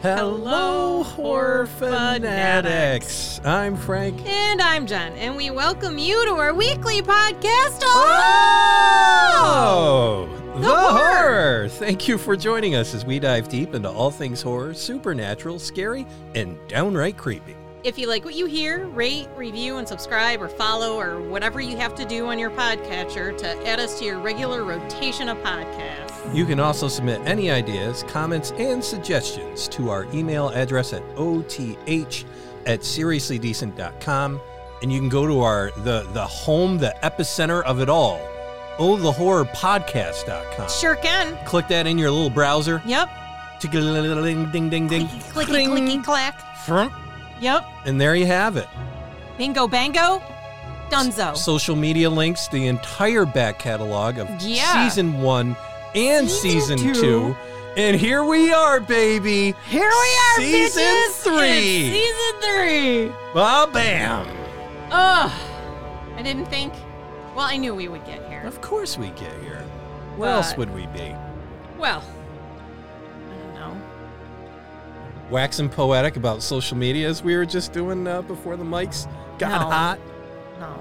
Hello, Hello, horror horror fanatics. I'm Frank. And I'm Jen, and we welcome you to our weekly podcast. Oh, the, The horror. horror. Thank you for joining us as we dive deep into all things horror, supernatural, scary, and downright creepy. If you like what you hear, rate, review, and subscribe, or follow, or whatever you have to do on your podcatcher to add us to your regular rotation of podcasts. You can also submit any ideas, comments, and suggestions to our email address at oth at seriouslydecent.com. And you can go to our the the home, the epicenter of it all, oh the horror podcast.com. Sure can. Click that in your little browser. Yep. Ding ding ding ding. Clicky, clicky, clicky, clack. Frump. Yep. And there you have it. Bingo, bango. Dunzo. Social media links, the entire back catalog of Yeah. season one and season, Season two. two. And here we are, baby. Here we are, Season bitches. three. It's season three. Ba bam. Ugh. I didn't think. Well, I knew we would get here. Of course we get here. Where But- else would we be? Well, I don't know. Waxing poetic about social media as we were just doing uh, before the mics got No. hot. No. No.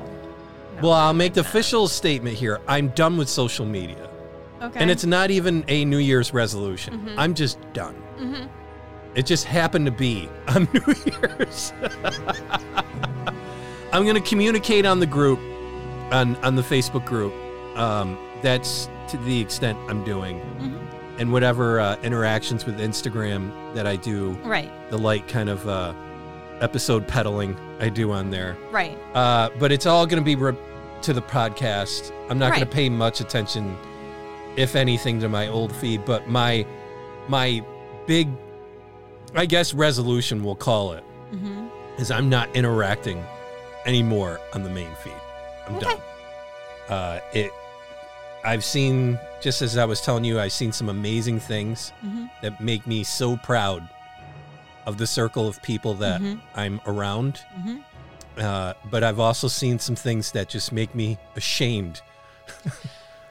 Well, I'll make the official statement here. I'm done with social media. okay. And it's not even a New Year's resolution. Mhm. I'm just done. hmm It just happened to be on New Year's. I'm going to communicate on the group, on on the Facebook group. Um, that's to the extent I'm doing, Mhm. and whatever uh, interactions with Instagram that I do, right, the light kind of uh, episode peddling I do on there. right. Uh, but it's all going to be re- to the podcast. I'm not going Right. to pay much attention, if anything, to my old feed. But my my big, I guess, resolution we'll call it hmm is I'm not interacting anymore on the main feed. I'm Okay. done. Uh, it. I've seen just as I was telling you, I've seen some amazing things hmm that make me so proud of the circle of people that Mhm. I'm around hmm uh, but I've also seen some things that just make me ashamed.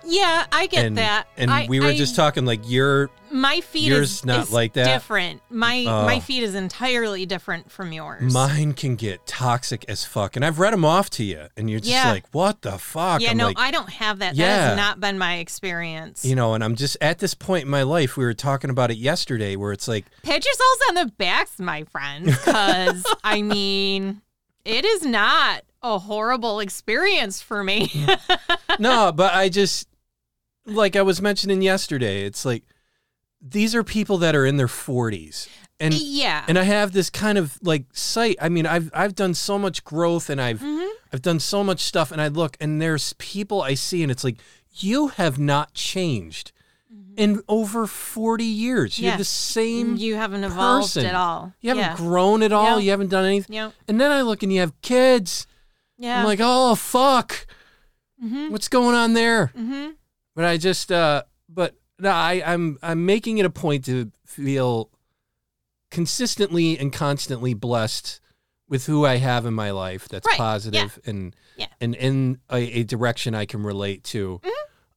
Yeah, I get and that. and I- we were I- just talking like you're My feed yours is not is like that. Different. My Oh. my feed is entirely different from yours. mine can get toxic as fuck, and I've read them off to you, and you're just Yeah. like, what the fuck? yeah, I'm no, like, I don't have that. That Yeah. has not been my experience. you know, and I'm just at this point in my life. We were talking about it yesterday, where it's like, Pat yourselves on the backs, my friends, because I mean, it is not a horrible experience for me. no, but I just like I was mentioning yesterday. It's like these are people that are in their 40s, and yeah. and I have this kind of like sight. I mean, I've I've done so much growth, and I've Mhm. I've done so much stuff, and I look, and there's people I see, and it's like you have not changed Mm-hmm. in over forty years. You're Yeah. the same. you haven't evolved person. at all. You haven't Mm-hmm. yeah. grown at all. Yeah. You haven't done anything. Yep. And then I look, and you have kids. Yeah. I'm like, oh fuck, mm-hmm. what's going on there? Mm-hmm. But I just, uh, but no, I, I'm I'm making it a point to feel consistently and constantly blessed with who I have in my life that's Right. positive and Yeah. Mm-hmm. and in a, a direction I can relate to.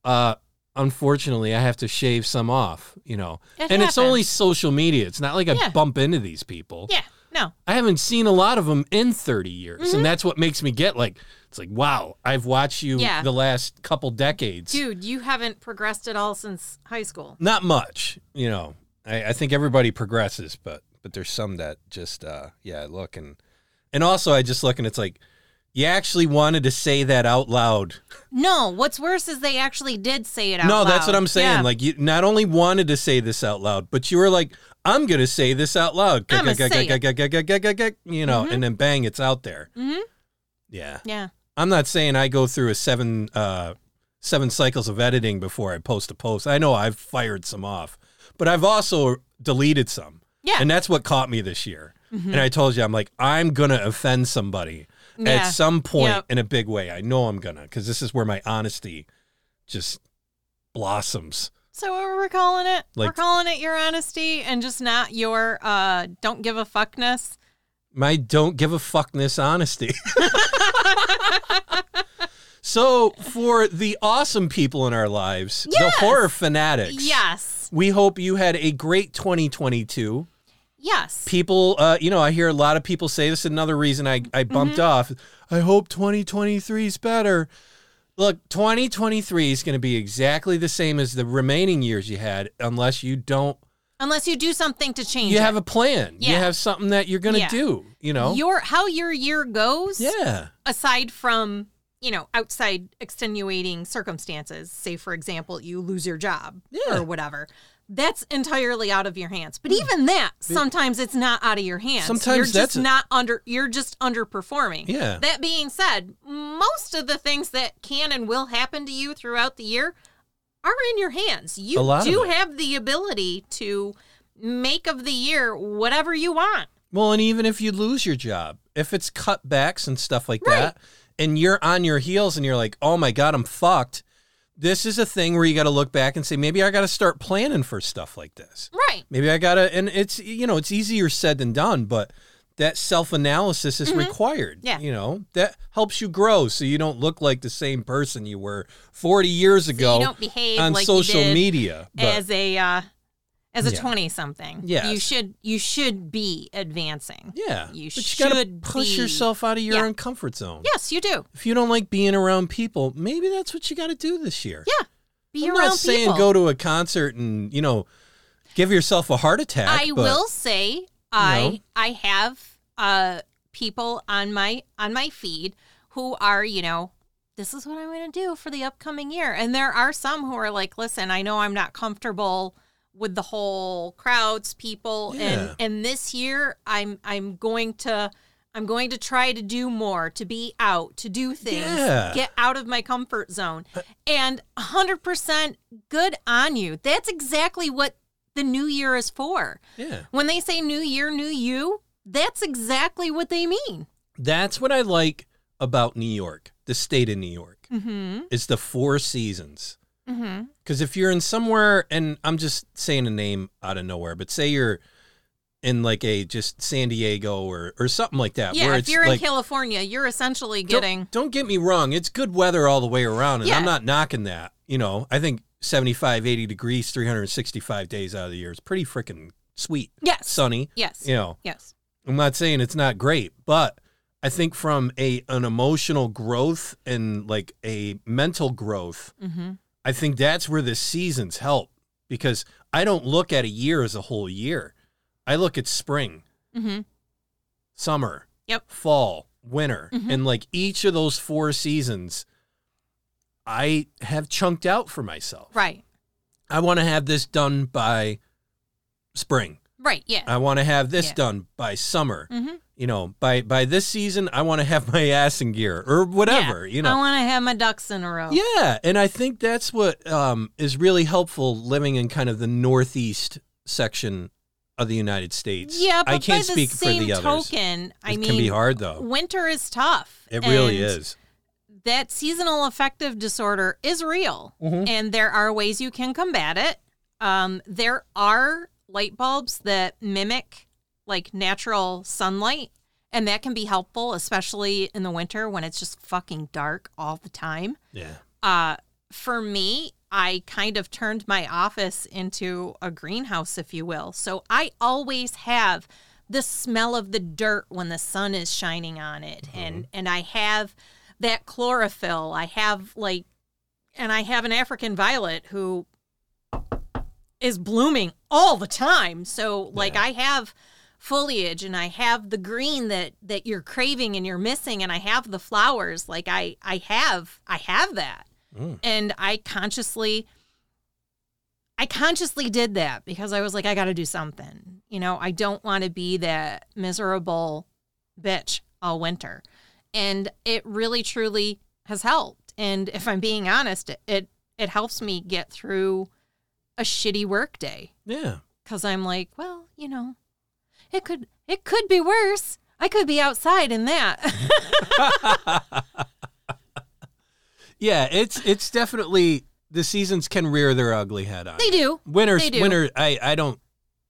Uh, unfortunately, I have to shave some off, you know, It and it's only happens. social media. It's not like I Yeah. bump into these people. Yeah. No. I haven't seen a lot of them in 30 years, and that's what makes me get like it's like wow, I've watched you Yeah. the last couple decades Dude, you haven't progressed at all since high school. not much you know I, I think everybody progresses but but there's some that just uh yeah look and and also i just look and it's like you actually wanted to say that out loud No, what's worse is they actually did say it out no loud. that's what i'm saying Yeah. like you not only wanted to say this out loud but you were like i'm gonna say this out loud I'ma say it. you know and then bang it's out there Mhm. yeah Yeah. i'm not saying i go through a seven uh seven cycles of editing before i post a post i know i've fired some off but i've also deleted some Yeah. Mm-hmm. And that's what caught me this year. And I told you, I'm like, I'm going to offend somebody at Yeah. some point Yep. in a big way. I know I'm going to, because this is where my honesty just blossoms. so what we're calling it? we're Like- calling it your honesty and just not your uh don't give a fuckness. My don't give a fuckness honesty. so, for the awesome people in our lives, the horror fanatics, Yes. we hope you had a great 2022. Yes. people uh, you know i hear a lot of people say this is another reason i, I bumped Mm-hmm. off i hope 2023 is better look 2023 is going to be exactly the same as the remaining years you had unless you don't Unless you do something to change you it. have a plan you Yeah. have something that you're going to Yeah. do you know your how your year goes yeah aside from you know outside extenuating circumstances say for example you lose your job Yeah. Hmm. or whatever that's entirely out of your hands but even that sometimes it's not out of your hands Sometimes you're just that's a- not under you're just underperforming Yeah. that being said most of the things that can and will happen to you throughout the year are in your hands you A lot of do it. have the ability to make of the year whatever you want well and even if you lose your job if it's cutbacks and stuff like Right. that and you're on your heels and you're like oh my god i'm fucked this is a thing where you got to look back and say maybe i got to start planning for stuff like this right maybe I gotta. And it's you know it's easier said than done, but that self analysis is required. Mm-hmm. Yeah. you know that helps you grow, so you don't look like the same person you were 40 years ago you don't behave on like you social did media. But as a uh, as a Yeah. twenty something. Yes. you should you should be advancing. yeah, you but you gotta should push be- yourself out of your Yeah. own comfort zone. Yes, you do. If you don't like being around people, maybe that's what you got to do this year. Yeah, be I'm around not saying people. go to a concert and you know give yourself a heart attack. I but will say I No. I have uh people on my on my feed who are you know this is what I'm going to do for the upcoming year, and there are some who are like, listen, I know I'm not comfortable with the whole crowds, people, Yeah. and and this year I'm I'm going to. I'm going to try to do more, to be out, to do things, Yeah. get out of my comfort zone. And 100% good on you. That's exactly what the new year is for. Yeah. When they say new year, new you, that's exactly what they mean. That's what I like about New York, the state of New York. Mm-hmm. It's the four seasons. Mm-hmm. Because if you're in somewhere, and I'm just saying a name out of nowhere, but say you're in like a just San Diego or, or something like that, Yeah, where if it's you're like, in California, you're essentially don't- getting Don't, get me wrong, it's good weather all the way around, and I'm Yeah. not knocking that. You know, I think 75, 80 degrees, 365 days out of the year is pretty freaking sweet, yes, sunny. yes, You know, yes, I'm not saying it's not great, but I think from a an emotional growth and like a mental growth, mm-hmm. I think that's where the seasons help because I don't look at a year as a whole year. I look at spring, Mm-hmm. summer, Yep. fall, winter, Mhm. and like each of those four seasons I have chunked out for myself. right, I want to have this done by spring. right, yeah, I want to have this Yeah. done by summer. mm-hmm. You know, by by this season I want to have my ass in gear or whatever, you know. I want to have my ducks in a row. Yeah, and I think that's what um, is really helpful living in kind of the northeast section of the United States. yeah, but I can't by the speak same for the others. token, I it mean, can be hard though. winter is tough. It really and is. That seasonal affective disorder is real. and there are ways you can combat it. Um, there are light bulbs that mimic like natural sunlight, and that can be helpful, especially in the winter when it's just fucking dark all the time. Yeah. Uh, for me, I kind of turned my office into a greenhouse, if you will. So I always have the smell of the dirt when the sun is shining on it, and and I have that chlorophyll. I have like, and I have an African violet who is blooming all the time. So like I have foliage and I have the green that that you're craving and you're missing and I have the flowers like I I have I have that. Mm. And I consciously I consciously did that because I was like I got to do something. You know, I don't want to be that miserable bitch all winter. And it really truly has helped. And if I'm being honest, it it, it helps me get through a shitty work day Yeah. because I'm like, well, you know, it could it could be worse. I could be outside in that. Yeah, it's it's definitely the seasons can rear their ugly head on. they you. do. Winter's They do. winter I, I don't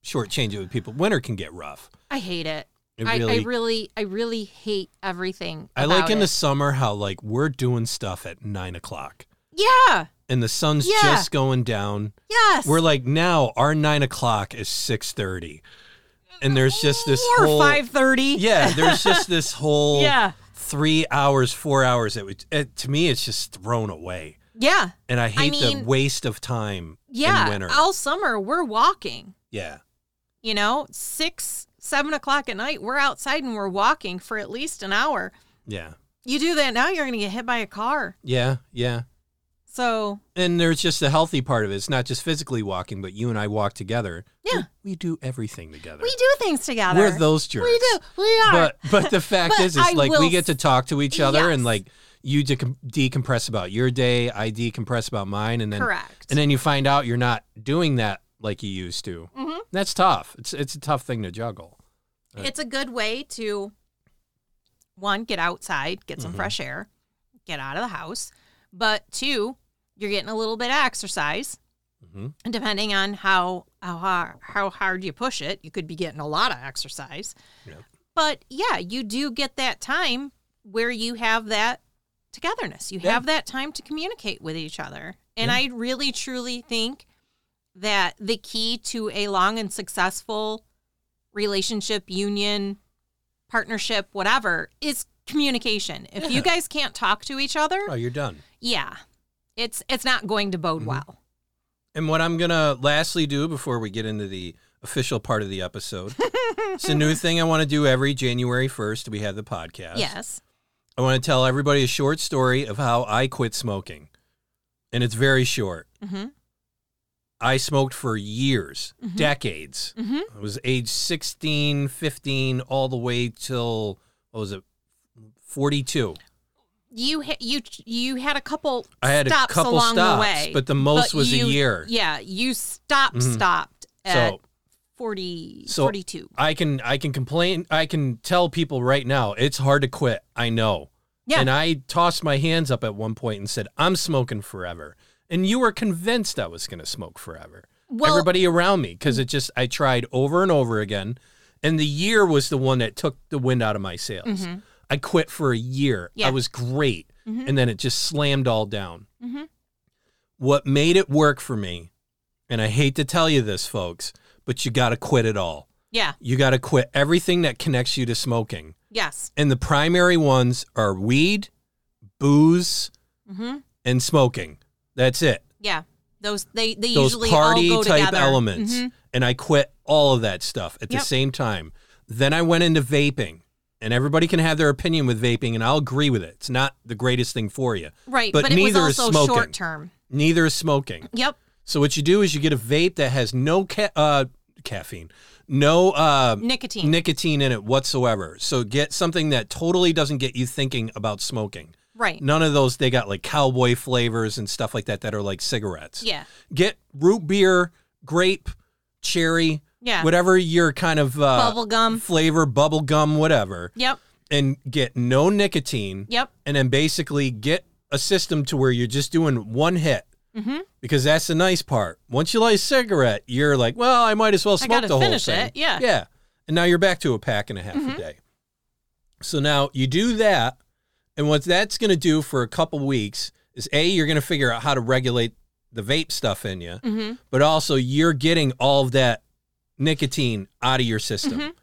shortchange it with people. Winter can get rough. I hate it. It I, really I really I really hate everything. I like about in the it. summer how like we're doing stuff at nine o'clock yeah and the sun's Yeah. just going down. yes We're like now our nine o'clock is six thirty. and there's just this or whole 5:30. yeah there's just this whole Yeah. three hours four hours that would it, to me it's just thrown away Yeah. and i hate the mean- waste of time in Yeah. winter All summer we're walking. yeah You know, six, seven o'clock at night, we're outside and we're walking for at least an hour. yeah You do that now, you're going to get hit by a car. yeah yeah So, and there's just the healthy part of it it's not just physically walking but you and i walk together Yeah. we, we do everything together we do things together. we're those jerks We do. We are. but but the fact But is, it's I like we will get to talk to each other and Yes. like you decom- decompress about your day, I decompress about mine, and then Correct. and then you find out you're not doing that like you used to. Mhm. That's tough. It's it's a tough thing to juggle. Right. It's a good way to one, get outside, get some fresh air, get out of the house. But two, you're getting a little bit of exercise. Mhm. And depending on how how hard, how hard you push it, you could be getting a lot of exercise. Yep. But yeah, you do get that time where you have that togetherness. You Yeah. have that time to communicate with each other. And I really truly think that the key to a long and successful relationship, union, partnership, whatever, is communication. If Yeah. you guys can't talk to each other, Oh, you're done. yeah, it's it's not going to bode Mm-hmm. well. And what I'm gonna lastly do before we get into the official part of the episode, it's a new thing I want to do every January first. We have the podcast. Yes. I want to tell everybody a short story of how I quit smoking, and it's very short. hmm I smoked for years, Mhm. decades. Mhm. I was age 16, 15, all the way till, what was it, 42. You ha- you you had a couple I had a stops couple along stops, the way, but the most but was you- a year. Yeah, you stopped Mhm. stopped at So 40 So- 42. I can I can complain. I can tell people right now it's hard to quit. I know. Yeah. And I tossed my hands up at one point and said, "I'm smoking forever." And you were convinced I was going to smoke forever. Well- Everybody around me, because it just I tried over and over again, and the year was the one that took the wind out of my sails. I quit for a year. Mm-hmm. Yeah. I was great, Mhm. and then it just slammed all down. Mhm. What made it work for me, and I hate to tell you this, folks, but you got to quit it all. Yeah. You got to quit everything that connects you to smoking. Yes. And the primary ones are weed, booze, Mhm. and smoking. That's it. Yeah. Those they they Those usually party all go type together. elements. Mhm. And I quit all of that stuff at the Yep. same time. Then I went into vaping. And everybody can have their opinion with vaping, and I'll agree with it. It's not the greatest thing for you. Mm-hmm. Right, But but, it was neither is also smoking. short term. Neither is smoking. Yep. So what you do is you get a vape that has no ca- uh, caffeine, no uh, Nicotine. nicotine in it whatsoever. So get something that totally doesn't get you thinking about smoking. right. None of those they got like cowboy flavors and stuff like that that are like cigarettes. Yeah. Get root beer, grape, cherry, Yeah. whatever your kind of uh, Bubble gum. flavor, bubble gum, whatever, Yep. and get no nicotine. Yep. And then basically get a system to where you're just doing one hit. Mhm. Because that's the nice part. Once you light a cigarette, you're like, well, I might as well I smoke gotta the whole finish thing. it. Yeah. Mm-hmm. Yeah. And now you're back to a pack and a half a day. So now you do that. And what that's going to do for a couple weeks is A, you're going to figure out how to regulate the vape stuff in you, Mhm. but also you're getting all of that nicotine out of your system.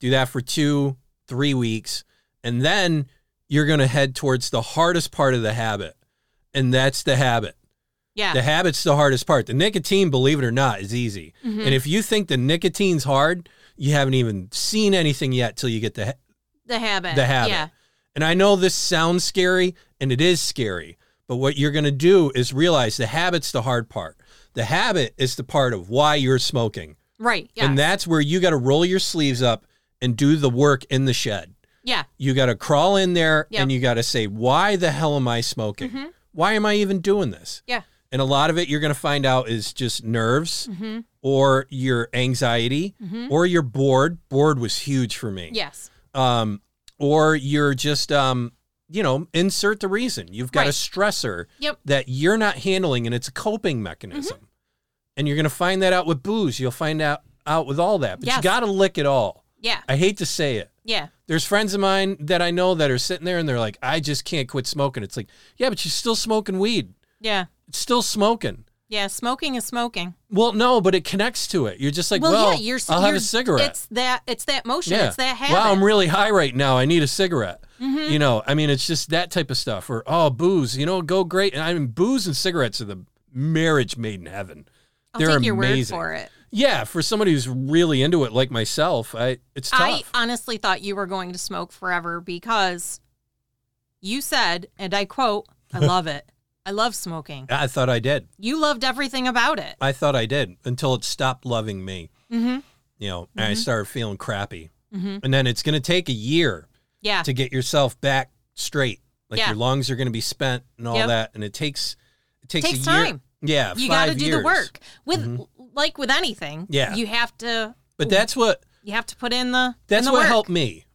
Do that for two, three weeks. And then you're going to head towards the hardest part of the habit. And that's the habit. Yeah. The habit's the hardest part. The nicotine, believe it or not, is easy. And if you think the nicotine's hard, you haven't even seen anything yet till you get the. ha- The habit. the habit. Yeah. And I know this sounds scary, and it is scary. But what you're going to do is realize the habit's the hard part. The habit is the part of why you're smoking, Right. Yeah. and that's where you got to roll your sleeves up and do the work in the shed. yeah. You got to crawl in there Yep. Mm-hmm. and you got to say, "Why the hell am I smoking? Why am I even doing this?" Yeah. And a lot of it you're going to find out is just nerves Mhm. or your anxiety Mm-hmm. or you're bored. Bored was huge for me. Yes. Um, or you're just, um, you know, insert the reason. You've got a Right. stressor Yep. that you're not handling and it's a coping mechanism. Mm-hmm. And you're going to find that out with booze. You'll find out, out with all that. But you Yes. got to lick it all. Yeah. I hate to say it. Yeah. There's friends of mine that I know that are sitting there and they're like, I just can't quit smoking. It's like, yeah, but you're still smoking weed. Yeah. It's still smoking. Yeah, smoking is smoking. Well, no, but it connects to it. You're just like, well, yeah, you're. I'll have you're- a cigarette. It's that. It's that motion. It's that habit. Mm-hmm. Wow, I'm really high right now. I need a cigarette. You know, I mean, it's just that type of stuff. Or oh, booze. You know, go great. And I mean, booze and cigarettes are the marriage made in heaven. I'll They're take your amazing. word for it. Yeah, for somebody who's really into it, like myself, I it's tough. I honestly thought you were going to smoke forever because you said, and I quote, "I love it. I love smoking. I thought I did. You loved everything about it." I thought I did until it stopped loving me. Mm-hmm. You know, and I started feeling crappy. Mm-hmm. And then it's going to take a year Yeah. to get yourself back straight. Like Yeah. your lungs are going to be spent and all Yep. that, and it takes it takes, Takes a year. time. Yeah, you got to do the work with like with anything. Mm-hmm. Yeah. You have to. But that's what You have to put in the. in that's the what work. Mm-hmm. helped me.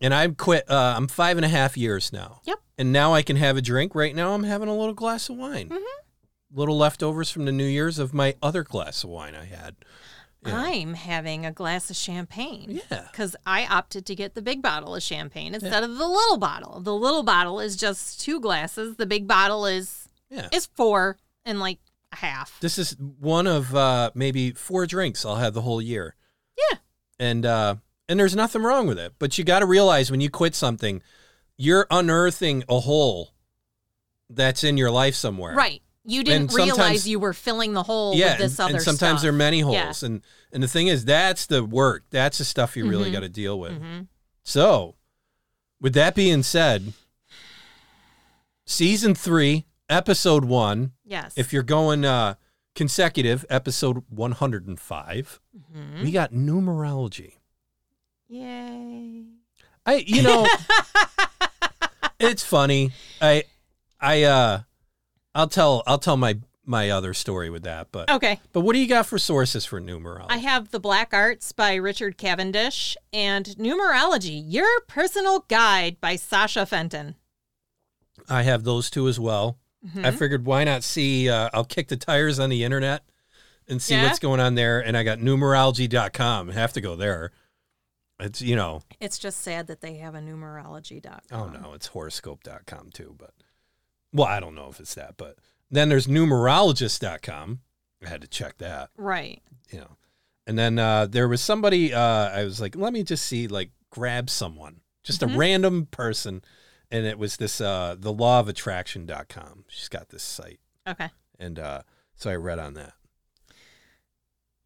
And I'm quit. Uh, I'm five and a half years now. Yep. And now I can have a drink. Right now, I'm having a little glass of wine. Mm-hmm. Little leftovers from the New Year's of my other glass of wine I had. Yeah. I'm having a glass of champagne. Yeah. Because I opted to get the big bottle of champagne instead of the little bottle. The little bottle is just two glasses. The big bottle is Yeah. is four and like a half. this is one of uh, maybe four drinks I'll have the whole year. Yeah. And uh, and there's nothing wrong with it, but you got to realize when you quit something, you're unearthing a hole that's in your life somewhere. Right. You didn't And sometimes- realize you were filling the hole Yeah. with this and, other and sometimes stuff. there are many holes, Yeah. and and the thing is, that's the work. That's the stuff you Mm-hmm. really got to deal with. Mhm. So, with that being said, season three, episode one. Yes. If you're going uh, consecutive, episode 105. Mhm. We got numerology. Yay. I you know it's funny. I I uh I'll tell I'll tell my my other story with that, but Okay. but what do you got for sources for numerology? Oh. I have The Black Arts by Richard Cavendish and Numerology, Your Personal Guide by Sasha Fenton. I have those two as well. I Mm-hmm. figured why not see uh, I'll kick the tires on the internet and see Yeah. what's going on there and I got numerology.com. Have to go there. It's you know, It's just sad that they have a numerology doc. Oh no, it's horoscope.com too, but well, I don't know if it's that, but then there's numerologist.com. I had to check that, Right. you know. And then uh, there was somebody uh, I was like, let me just see, like grab someone, just a random person. And it was this uh the law of attraction.com. She's got this site. Okay. And uh so I read on that.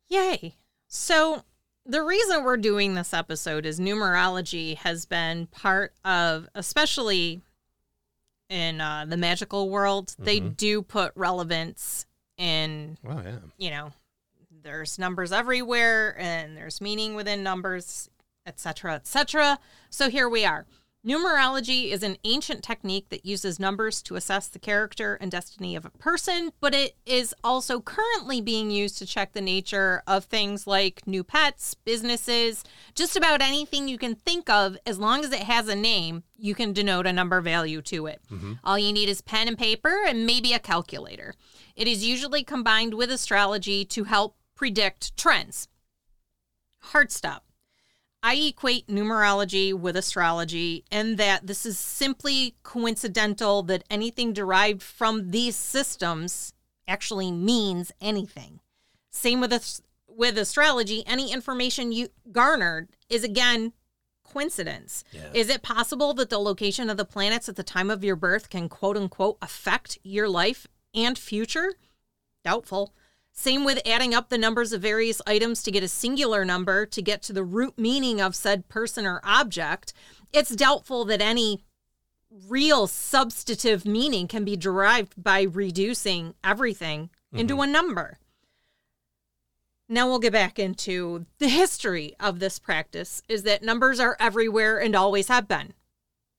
Yay. So the reason we're doing this episode is numerology has been part of, especially in uh, the magical world, they Mhm. do put relevance in Wow, yeah. you know there's numbers everywhere and there's meaning within numbers etc etc so here we are numerology is an ancient technique that uses numbers to assess the character and destiny of a person but it is also currently being used to check the nature of things like new pets businesses just about anything you can think of as long as it has a name you can denote a number value to it all you need is pen and paper and maybe a calculator it is usually combined with astrology to help predict trends. Hard stop. I equate numerology with astrology, and that this is simply coincidental that anything derived from these systems actually means anything. Same with as- with astrology, any information you garnered is again coincidence. Yeah. Is it possible that the location of the planets at the time of your birth can quote unquote affect your life and future? Doubtful. Same with adding up the numbers of various items to get a singular number to get to the root meaning of said person or object. It's doubtful that any real substantive meaning can be derived by reducing everything into a number. Now we'll get back into the history of this practice is that numbers are everywhere and always have been.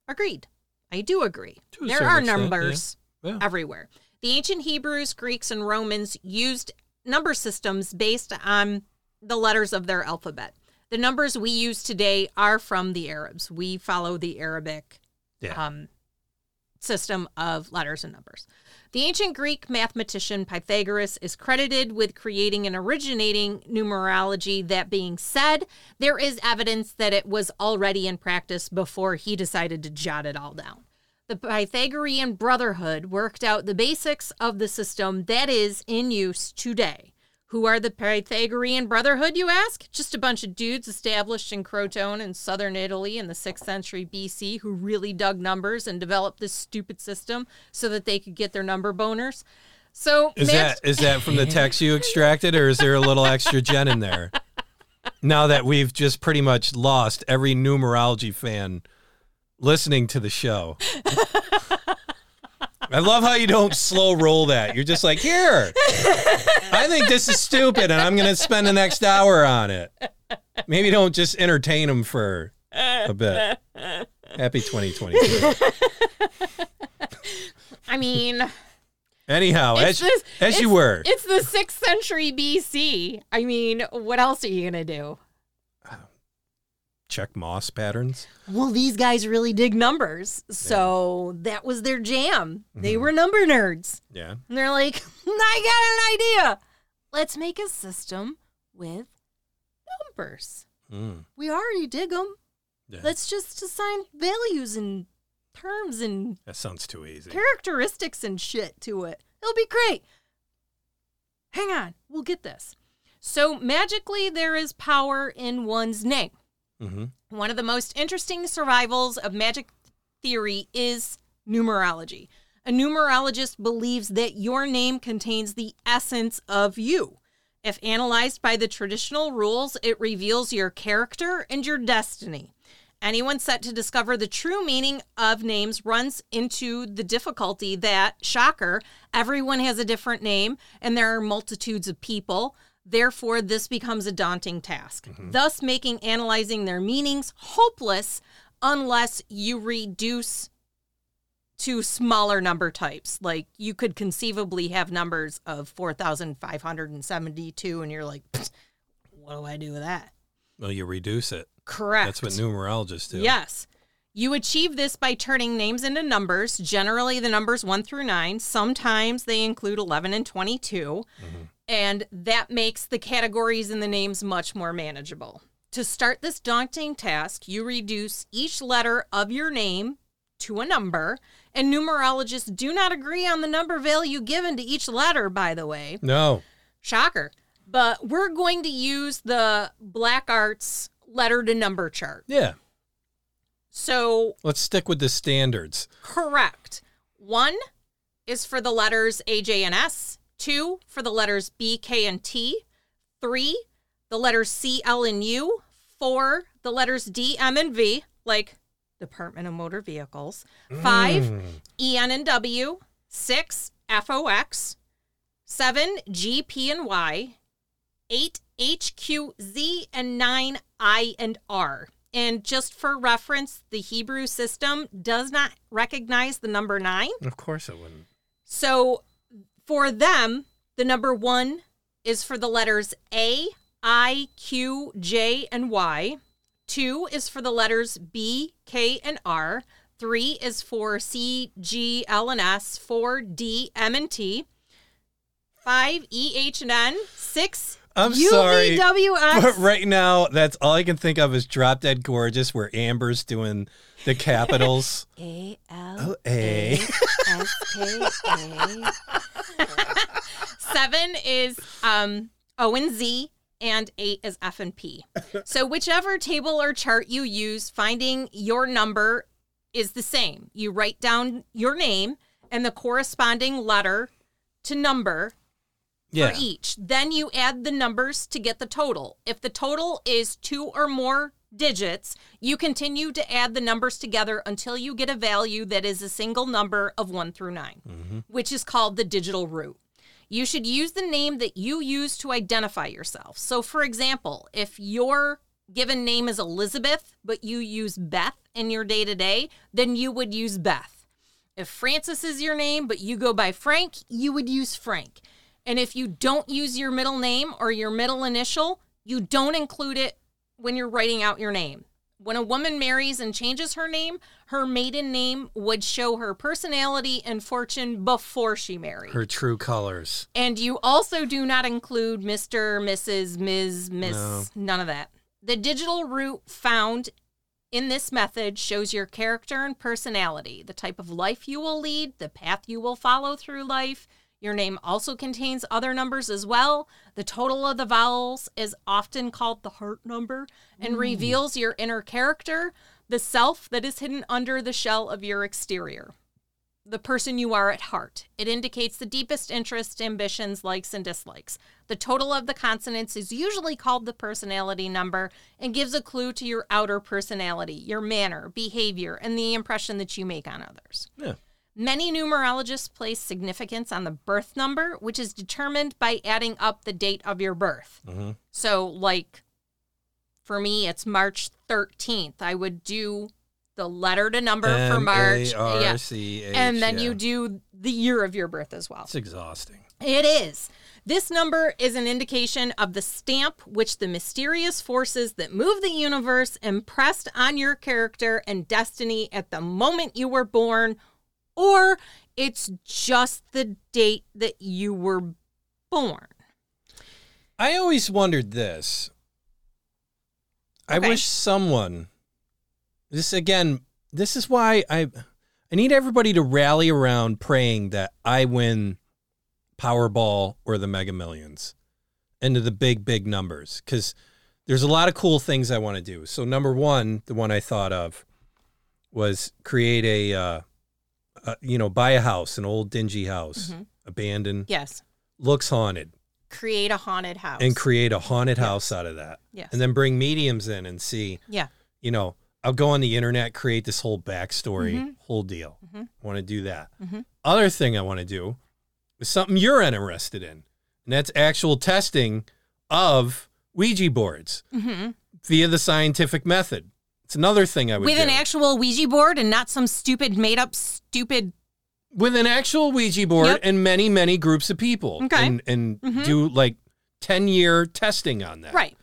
Agreed. I do agree. To a there certain are extent, yeah. numbers Yeah. everywhere. The ancient Hebrews, Greeks, and Romans used number systems based on the letters of their alphabet. The numbers we use today are from the Arabs. We follow the Arabic Yeah. um, system of letters and numbers. The ancient Greek mathematician Pythagoras is credited with creating and originating numerology. That being said, there is evidence that it was already in practice before he decided to jot it all down. The Pythagorean Brotherhood worked out the basics of the system that is in use today. Who are the Pythagorean Brotherhood, you ask? Just a bunch of dudes established in Crotone in southern Italy in the 6th century BC who really dug numbers and developed this stupid system so that they could get their number boners. So, Is Matt- that is that from the text you extracted, or is there a little extra gen in there? Now that we've just pretty much lost every numerology fan listening to the show. I love how you don't slow roll that. You're just like, here, I think this is stupid, and I'm going to spend the next hour on it. Maybe don't just entertain them for a bit. Happy 2022. I mean, Anyhow, as, It's this- as you it's- were, it's the 6th century BC. I mean, what else are you going to do? check moss patterns. Well, these guys really dig numbers. So that was their jam. They were number nerds. Yeah. And they're like, I got an idea. Let's make a system with numbers. Mm. We already dig them. Yeah. Let's just assign values and terms and That sounds too easy. characteristics and shit to it. It'll be great. Hang on, we'll get this. So, magically, there is power in one's name. Mm-hmm. One of the most interesting survivals of magic theory is numerology. A numerologist believes that your name contains the essence of you. If analyzed by the traditional rules, it reveals your character and your destiny. Anyone set to discover the true meaning of names runs into the difficulty that, shocker, everyone has a different name and there are multitudes of people. Therefore, this becomes a daunting task, thus making analyzing their meanings hopeless unless you reduce to smaller number types. Like you could conceivably have numbers of 4,572, and you're like, "Pfft, what do I do with that? Well, you reduce it. Correct. That's what numerologists do. Yes. You achieve this by turning names into numbers, generally the numbers 1 through 9. Sometimes they include 11 and 22. And that makes the categories in the names much more manageable. To start this daunting task, you reduce each letter of your name to a number. And numerologists do not agree on the number value given to each letter, by the way. No. Shocker. But we're going to use the Black Arts letter to number chart. Yeah. So, Let's stick with the standards. correct. One is for the letters A, J, and S. Two for the letters B, K, and T. Three, the letters C, L, and U. Four, the letters D, M, and V, like Department of Motor Vehicles. Five, Mm. E, N, and W. Six, F, O, X. Seven, G, P, and Y. Eight, H, Q, Z, and nine, I, and R. And just for reference, the Hebrew system does not recognize the number nine. Of course it wouldn't. So for them, the number one is for the letters A, I, Q, J, and Y. Two is for the letters B, K, and R. Three is for C, G, L, and S. Four, D, M, and T. Five, E, H, and N. Six, I'm U, sorry. V, W, X. But right now, that's all I can think of is Drop Dead Gorgeous, where Amber's doing the capitals. A, L, oh, A. S, K, A. Seven is um, O and Z, and eight is F and P. So, whichever table or chart you use, finding your number is the same. You write down your name and the corresponding letter to number yeah. for each. Then you add the numbers to get the total. If the total is two or more digits, you continue to add the numbers together until you get a value that is a single number of one through 9 which is called the digital root. You should use the name that you use to identify yourself. So, for example, if your given name is Elizabeth, but you use Beth in your day to day, then you would use Beth. If Francis is your name, but you go by Frank, you would use Frank. And if you don't use your middle name or your middle initial, you don't include it when you're writing out your name. When a woman marries and changes her name, her maiden name would show her personality and fortune before she married. Her true colors. And you also do not include Mr., Mrs., Ms., Miss, none of that. The digital root found in this method shows your character and personality, the type of life you will lead, the path you will follow through life. Your name also contains other numbers as well. The total of the vowels is often called the heart number and reveals your inner character, the self that is hidden under the shell of your exterior. The person you are at heart. It indicates the deepest interests, ambitions, likes, and dislikes. The total of the consonants is usually called the personality number and gives a clue to your outer personality, your manner, behavior, and the impression that you make on others. Yeah. Many numerologists place significance on the birth number, which is determined by adding up the date of your birth. Mhm. So, like for me, it's March 13th. I would do the letter to number for March. Yeah. M-A-R-C-H, And then yeah. you do the year of your birth as well. It's exhausting. It is. This number is an indication of the stamp which the mysterious forces that move the universe impressed on your character and destiny at the moment you were born, or it's just the date that you were born. I always wondered this. I Okay. wish someone this again, this is why I I need everybody to rally around praying that I win Powerball or the Mega Millions into the big big numbers cuz there's a lot of cool things I want to do. So number 1, the one I thought of was create a uh, uh you know, buy a house, an old dingy house, abandoned, Yes. looks haunted Create a haunted house. and create a haunted house out of that. Yes. And then bring mediums in and see, yeah. you know, I'll go on the internet, create this whole backstory, Mm-hmm. whole deal. want to do that. Other thing I want to do is something you're interested in, and that's actual testing of Ouija boards Mm-hmm. via the scientific method. It's another thing I would With do. an actual Ouija board and not some stupid, made up, stupid. with an actual Ouija board Yep. and many, many groups of people. Okay. Mm-hmm. And, and do like 10 year testing on that. Right.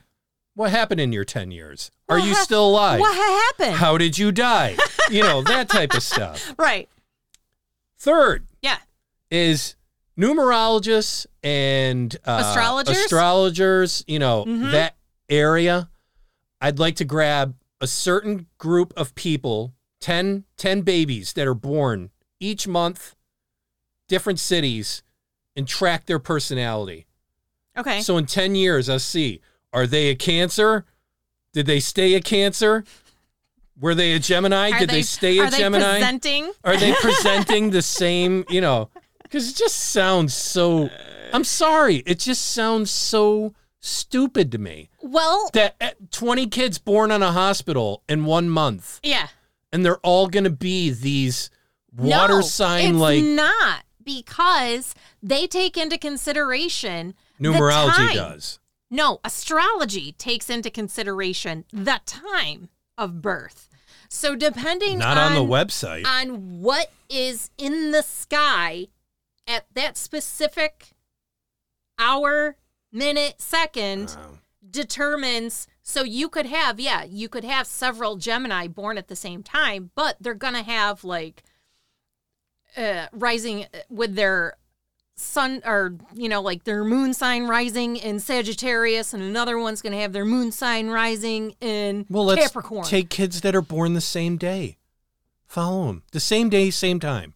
What happened in your 10 years? Are What you ha- still alive? What ha- happened? How did you die? You know, that type of stuff. right. Third Yeah. is numerologists and uh, Astrologers? astrologers, you know, Mhm. that area. I'd like to grab a certain group of people, 10, 10 babies that are born each month, different cities, and track their personality. Okay. So in 10 years, I'll see are they a Cancer? Did they stay a Cancer? Were they a Gemini? Are Did they, stay are a Gemini? They presenting? are they presenting the same, you know? Because it just sounds so. I'm sorry. It just sounds so stupid to me Well, that eh, 20 kids born on a hospital in one month yeah. and they're all going to be these No, water sign it's like not because they take into consideration the numerology time. does. No, astrology takes into consideration the time of birth. So depending Not on, the website. on what is in the sky at that specific hour, minute, second Wow. determines so you could have yeah you could have several gemini born at the same time but they're gonna have like uh rising with their sun or you know like their moon sign rising in sagittarius and another one's gonna have their moon sign rising in Well, let's capricorn take kids that are born the same day. Follow them the same day, same time.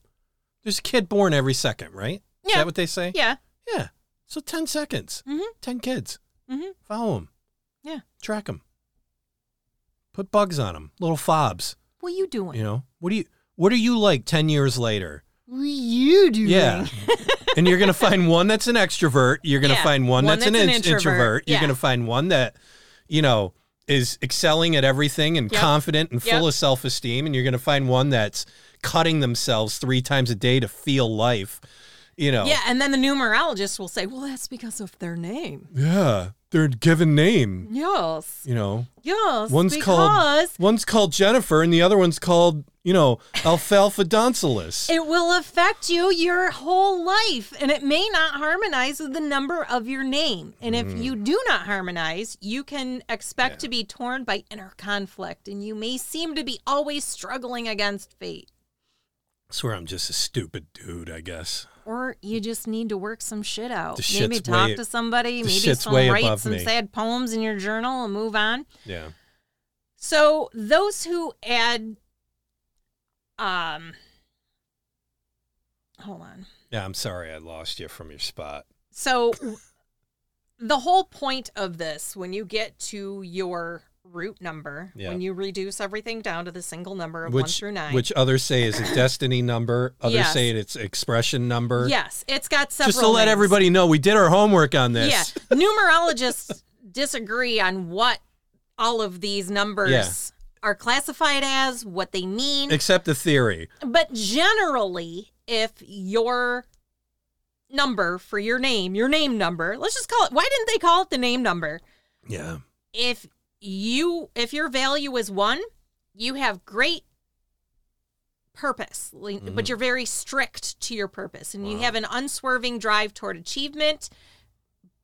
There's a kid born every second, right? Is Yeah. that what they say? yeah Yeah. So 10 seconds, Mhm. 10 kids. Mhm. Follow them, yeah track them, put bugs on them, little fobs. what you doing You know, what do you, what are you like 10 years later? what you doing Yeah. and you're going to find one that's an extrovert. You're going to Yeah. find one, One that's, an, that's an int- introvert. introvert. You're Yeah. going to find one that, you know, is excelling at everything and Yep. confident and Yep. full of self esteem. And you're going to find one that's cutting themselves three times a day to feel life, you know. yeah and then the numerologist will say well that's because of their name Yeah. Their given name, yes you know. yes One's because called one's called Jennifer and the other one's called, you know, Alfalfa Doncelis. It will affect you your whole life, and it may not harmonize with the number of your name. And if Mm. you do not harmonize, you can expect to be torn by inner conflict, and you may seem to be always struggling against fate. swear I'm just a stupid dude, I guess. Or you just need to work some shit out. The Maybe shit's talk way- to somebody. the Maybe shit's some way write above some me. sad poems in your journal and move on. Yeah. So those who add, um, hold on. Yeah, I'm sorry I lost you from your spot. So the whole point of this, when you get to your root number, Yeah. when you reduce everything down to the single number of one Which through nine, which others say is a destiny number, others Yes. say it's expression number. yes, it's got several. Just to let names. everybody know, we did our homework on this. Yeah, numerologists disagree on what all of these numbers Yeah. are classified as, what they mean. Except the theory. But generally, if your number for your name, your name number, let's just call it, why didn't they call it the name number? Yeah. If you, if your value is one, you have great purpose, li- but you're very strict to your purpose and you have an unswerving drive toward achievement,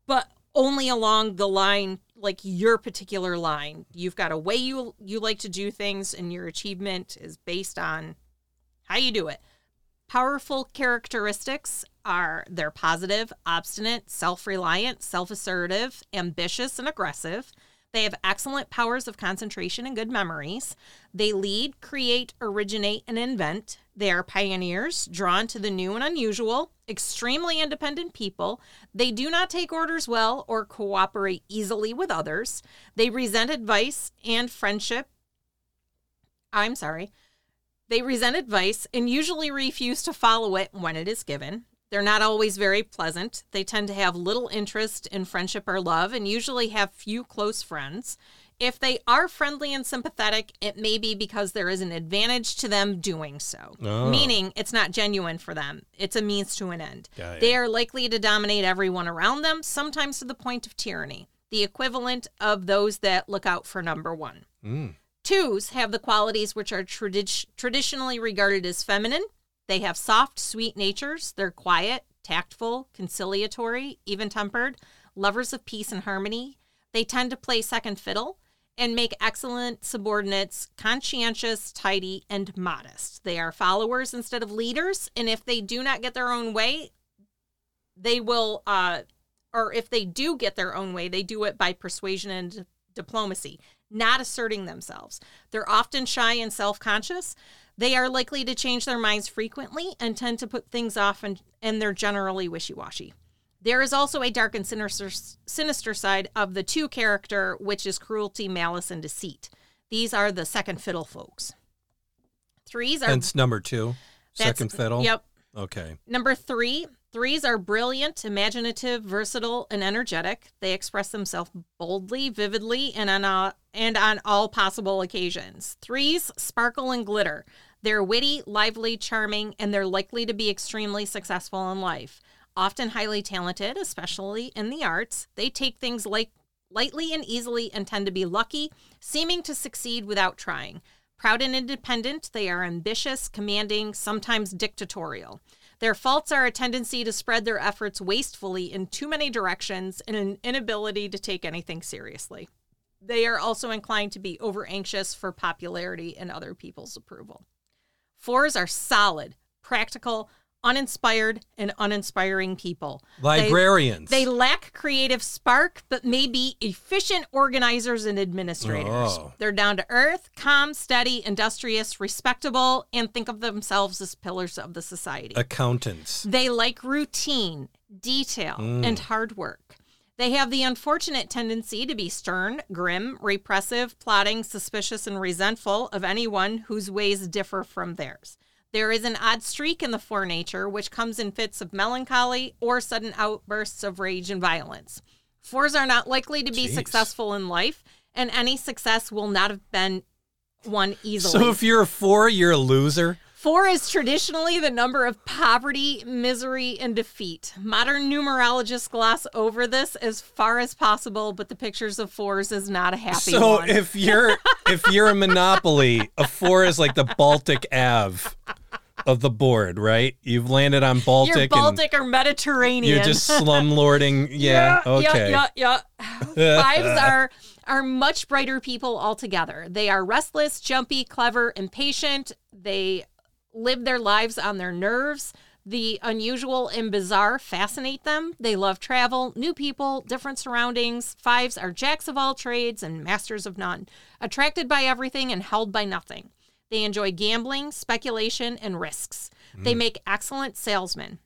but only along the line, like your particular line. You've got a way you, you like to do things and your achievement is based on how you do it. Powerful characteristics are they're positive, obstinate, self-reliant, self-assertive, ambitious and aggressive. They have excellent powers of concentration and good memories. They lead, create, originate and invent. They are pioneers, drawn to the new and unusual, extremely independent people. They do not take orders well or cooperate easily with others. They resent advice and friendship. I'm sorry. They resent advice and usually refuse to follow it when it is given. They're not always very pleasant. They tend to have little interest in friendship or love and usually have few close friends. If they are friendly and sympathetic, it may be because there is an advantage to them doing so, Oh. meaning it's not genuine for them. It's a means to an end. Got it. They are likely to dominate everyone around them, sometimes to the point of tyranny, the equivalent of those that look out for number one. Mm. Twos have the qualities which are tradi- traditionally regarded as feminine. They have soft, sweet natures. They're quiet, tactful, conciliatory, even tempered, lovers of peace and harmony. They tend to play second fiddle and make excellent subordinates, conscientious, tidy, and modest. They are followers instead of leaders. And if they do not get their own way, they will, uh, or if they do get their own way, they do it by persuasion and diplomacy, not asserting themselves. They're often shy and self conscious. They are likely to change their minds frequently and tend to put things off, and, and they're generally wishy washy. There is also a dark and sinister, sinister side of the two character, which is cruelty, malice, and deceit. These are the second fiddle folks. Threes are Hence number two, that's- second fiddle. Yep, Okay. Number three, threes are brilliant, imaginative, versatile, and energetic. They express themselves boldly, vividly, and on all, and on all possible occasions. Threes sparkle and glitter. They're witty, lively, charming, and they're likely to be extremely successful in life. Often highly talented, especially in the arts, they take things like lightly and easily and tend to be lucky, seeming to succeed without trying. Proud and independent, they are ambitious, commanding, sometimes dictatorial. Their faults are a tendency to spread their efforts wastefully in too many directions and an inability to take anything seriously. They are also inclined to be over anxious for popularity and other people's approval. Fours are solid, practical, uninspired, and uninspiring people. They- Librarians. they lack creative spark, but may be efficient organizers and administrators. Oh. They're down to earth, calm, steady, industrious, respectable, and think of themselves as pillars of the society. accountants. They like routine, detail, and hard work. They have the unfortunate tendency to be stern, grim, repressive, plotting, suspicious, and resentful of anyone whose ways differ from theirs. There is an odd streak in the four nature, which comes in fits of melancholy or sudden outbursts of rage and violence. Fours are not likely to be Jeez. successful in life, and any success will not have been won easily. So if you're a four, you're a loser. Four is traditionally the number of poverty, misery, and defeat. Modern numerologists gloss over this as far as possible, but the pictures of fours is not a happy so one. if you're if you're a monopoly, a four is like the Baltic Ave of the board, right? You've landed on Baltic, You're and Baltic or Mediterranean. you're just slumlording. Yeah, okay. Yeah, yeah, yeah. Fives are are much brighter people altogether. They are restless, jumpy, clever, impatient. They live their lives on their nerves. The unusual and bizarre fascinate them. They love travel, new people, different surroundings. Fives are jacks of all trades and masters of none, attracted by everything and held by nothing. They enjoy gambling, speculation, and risks. They Mm. make excellent salesmen.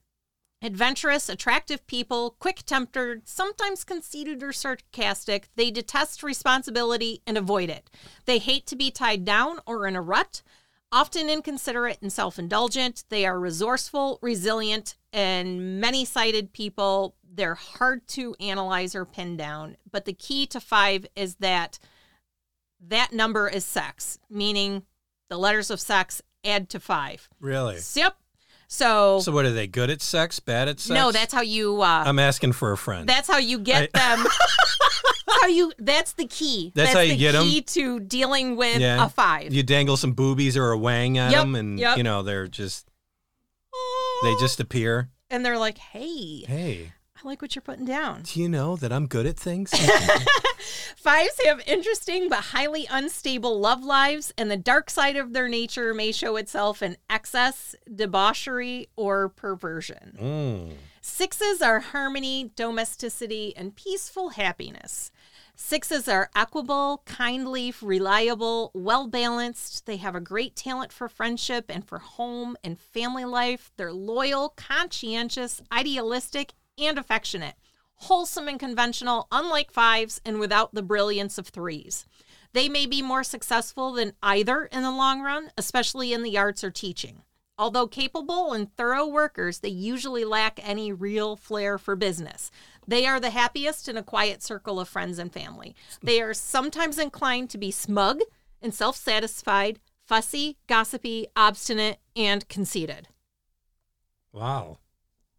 Adventurous, attractive people, quick tempered, sometimes conceited or sarcastic, they detest responsibility and avoid it. They hate to be tied down or in a rut. Often inconsiderate and self indulgent, they are resourceful, resilient, and many sided people. They're hard to analyze or pin down. But the key to five is that that number is sex, meaning the letters of sex add to five. Really? Yep. So, So what are they good at sex? Bad at sex? no, that's how you. Uh, I'm asking for a friend. that's how you get them. how you? That's the key. That's how you the get 'em. key to dealing with Yeah. a five. you dangle some boobies or a wang at Yep, them, and yep. you know they're just they just appear. and they're like, "Hey, Hey, I like what you're putting down." do you know that I'm good at things? Fives have interesting but highly unstable love lives, and the dark side of their nature may show itself in excess, debauchery, or perversion. mm. Sixes are harmony, domesticity, and peaceful happiness. Sixes are equable, kindly, reliable, well balanced. They have a great talent for friendship and for home and family life. They're loyal, conscientious, idealistic, and affectionate. Wholesome and conventional, unlike fives and without the brilliance of threes. They may be more successful than either in the long run, especially in the arts or teaching. Although capable and thorough workers, they usually lack any real flair for business. They are the happiest in a quiet circle of friends and family. They are sometimes inclined to be smug and self satisfied, fussy, gossipy, obstinate, and conceited. Wow.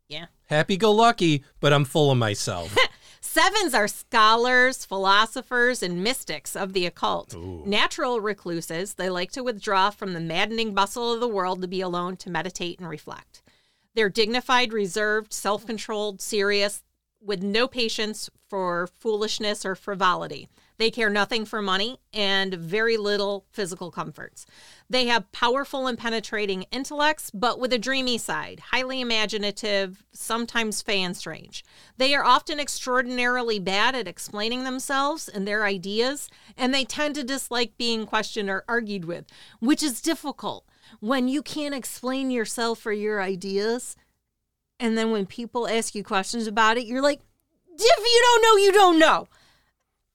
Yeah. Happy go lucky, but I'm full of myself. Sevens are scholars, philosophers, and mystics of the occult. Natural recluses, they like to withdraw from the maddening bustle of the world to be alone to meditate and reflect. They're dignified, reserved, self controlled, serious, with no patience for foolishness or frivolity. They care nothing for money and very little physical comforts. They have powerful and penetrating intellects, but with a dreamy side, highly imaginative, sometimes fan strange. They are often extraordinarily bad at explaining themselves and their ideas, and they tend to dislike being questioned or argued with, which is difficult when you can't explain yourself or your ideas. And then when people ask you questions about it, you're like, if you don't know, you don't know.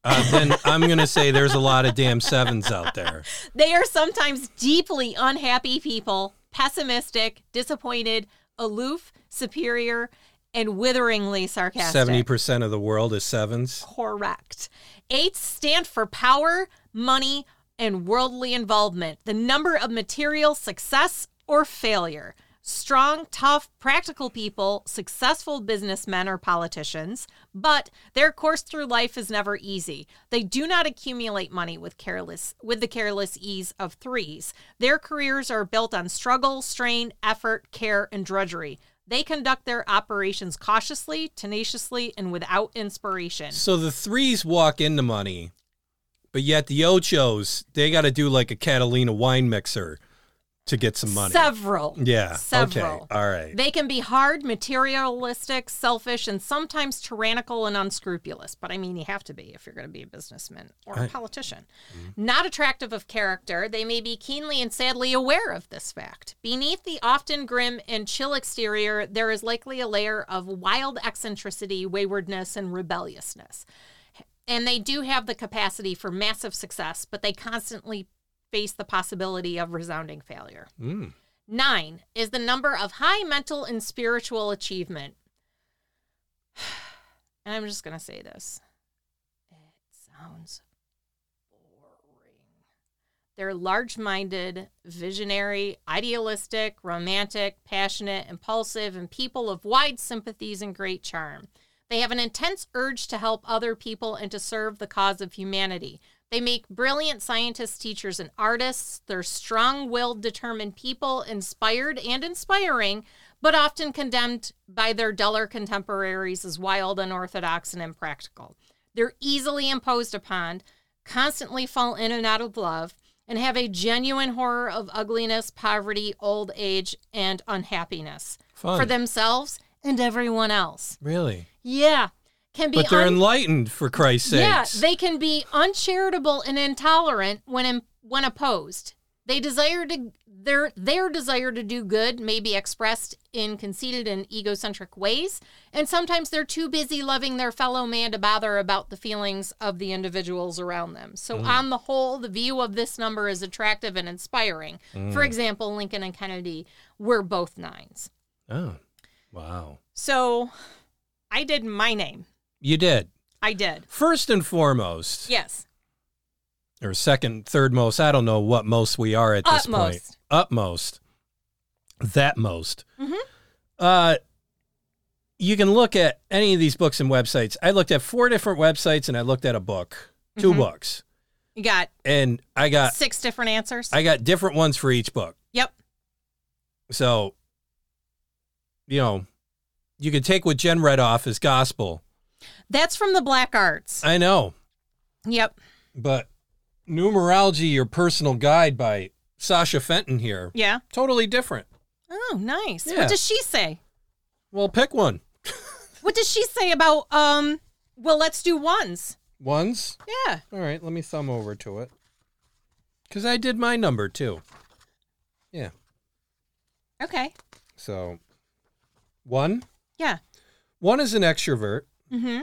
Uh, then I'm gonna say there's a lot of damn sevens out there. They are sometimes deeply unhappy people, pessimistic, disappointed, aloof, superior, and witheringly sarcastic. Seventy percent of the world is sevens. Correct. Eights stand for power, money, and worldly involvement, the number of material success or failure. Strong, tough, practical people, successful businessmen or politicians, but their course through life is never easy. They do not accumulate money with careless with the careless ease of threes. Their careers are built on struggle, strain, effort, care, and drudgery. They conduct their operations cautiously, tenaciously, and without inspiration. So the threes walk into money, but yet the ochos they got to do like a Catalina wine mixer to get some money. Several. Yeah. Several. Okay. All right. They can be hard, materialistic, selfish, and sometimes tyrannical and unscrupulous. But I mean, you have to be if you're going to be a businessman or a politician. Mm-hmm. Not attractive of character, they may be keenly and sadly aware of this fact. Beneath the often grim and chill exterior, there is likely a layer of wild eccentricity, waywardness, and rebelliousness. And they do have the capacity for massive success, but they constantly face the possibility of resounding failure. Mm. Nine is the number of high mental and spiritual achievement. And I'm just going to say this it sounds boring. They're large minded, visionary, idealistic, romantic, passionate, impulsive, and people of wide sympathies and great charm. They have an intense urge to help other people and to serve the cause of humanity. They make brilliant scientists, teachers, and artists. They're strong willed, determined people, inspired and inspiring, but often condemned by their duller contemporaries as wild, unorthodox, and impractical. They're easily imposed upon, constantly fall in and out of love, and have a genuine horror of ugliness, poverty, old age, and unhappiness Fun. for themselves and everyone else. Really? Yeah. Can be But they're un- enlightened, for Christ's sake. yeah, they can be uncharitable and intolerant when im- when opposed. They desire to their their desire to do good may be expressed in conceited and egocentric ways, and sometimes they're too busy loving their fellow man to bother about the feelings of the individuals around them. So on the whole, the view of this number is attractive and inspiring. For example, Lincoln and Kennedy were both nines. oh, wow. So I did my name. You did. I did. First and foremost, Yes. or second, third most, I don't know what most we are at this point. Utmost. Utmost. That most. Uh, you can look at any of these books and websites. I looked at four different websites and I looked at a book, 2 books, You got and I got six different answers. I got different ones for each book. yep. So, you know, you can take what Jen read off as gospel. That's from the Black Arts. I know, yep. but numerology, your personal guide by Sasha Fenton here, Yeah. totally different. Oh, nice. Yeah. What does she say? Well, pick one. What does she say about um well, let's do ones. Ones. Yeah. All right, let me thumb over to it. Because I did my number too. Yeah. Okay. So, one. Yeah. One is an extrovert. Mhm.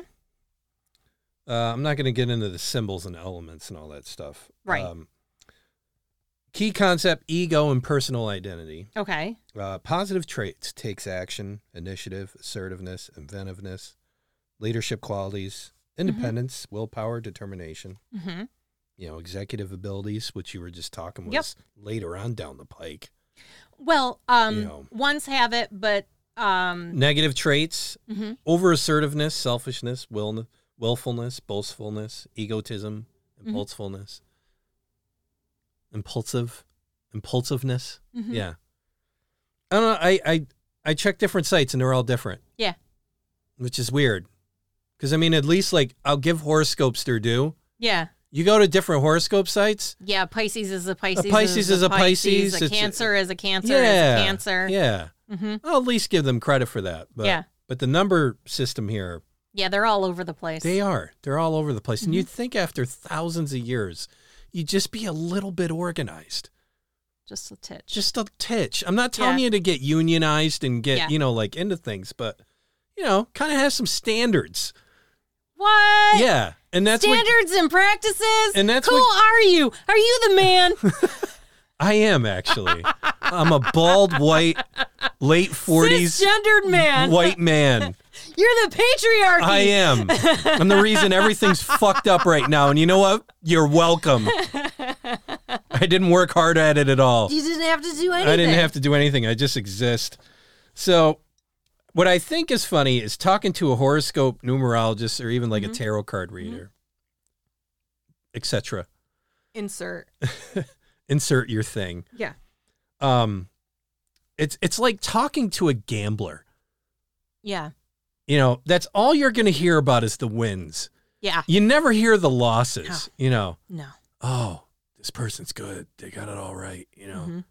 Uh, I'm not going to get into the symbols and elements and all that stuff. Um, Right. key concept ego and personal identity. Okay. Uh, positive traits takes action, initiative, assertiveness, inventiveness, leadership qualities, independence, willpower, determination. Mhm. You know, executive abilities, which you were just talking was Yep. later on down the pike. Well, um You know. ones have it, but um Negative traits, mhm. over assertiveness, selfishness, will, willfulness, boastfulness, egotism, Mm-hmm. impulsefulness, impulsive, impulsiveness. Mhm. Yeah. I don't know. I, I, I check different sites and they're all different, Yeah. which is weird. Because I mean, at least like I'll give horoscopes their due. Yeah. You go to different horoscope sites. Yeah, Pisces is a Pisces. Pisces is a Pisces, A it's a- cancer is a cancer yeah. is a cancer. Yeah. Mhm. I'll at least give them credit for that. But, Yeah. But the number system here, Yeah, they're all over the place. They are. They're all over the place. And Mm-hmm. you'd think after thousands of years, you'd just be a little bit organized. Just a titch. Just a titch. I'm not telling Yeah. you to get unionized and get, Yeah. you know, like into things, but you know, kind of have some standards. what? yeah. And that's what standards and practices. And that's who what- are you? Are you the man? I am actually. I'm a bald white late 40s Cisgendered man. white man. You're the patriarchy. I am. I'm the reason everything's fucked up right now. And you know what? You're welcome. I didn't work hard at it at all. You didn't have to do anything. I didn't have to do anything. I just exist. So, what I think is funny is talking to a horoscope numerologist or even like a tarot card reader, etc. insert. Insert your thing. Yeah. Um, it's it's like talking to a gambler. Yeah. You know, that's all you're going to hear about is the wins. Yeah. You never hear the losses. No. You know, No. oh, this person's good. They got it all right. You know, Mhm.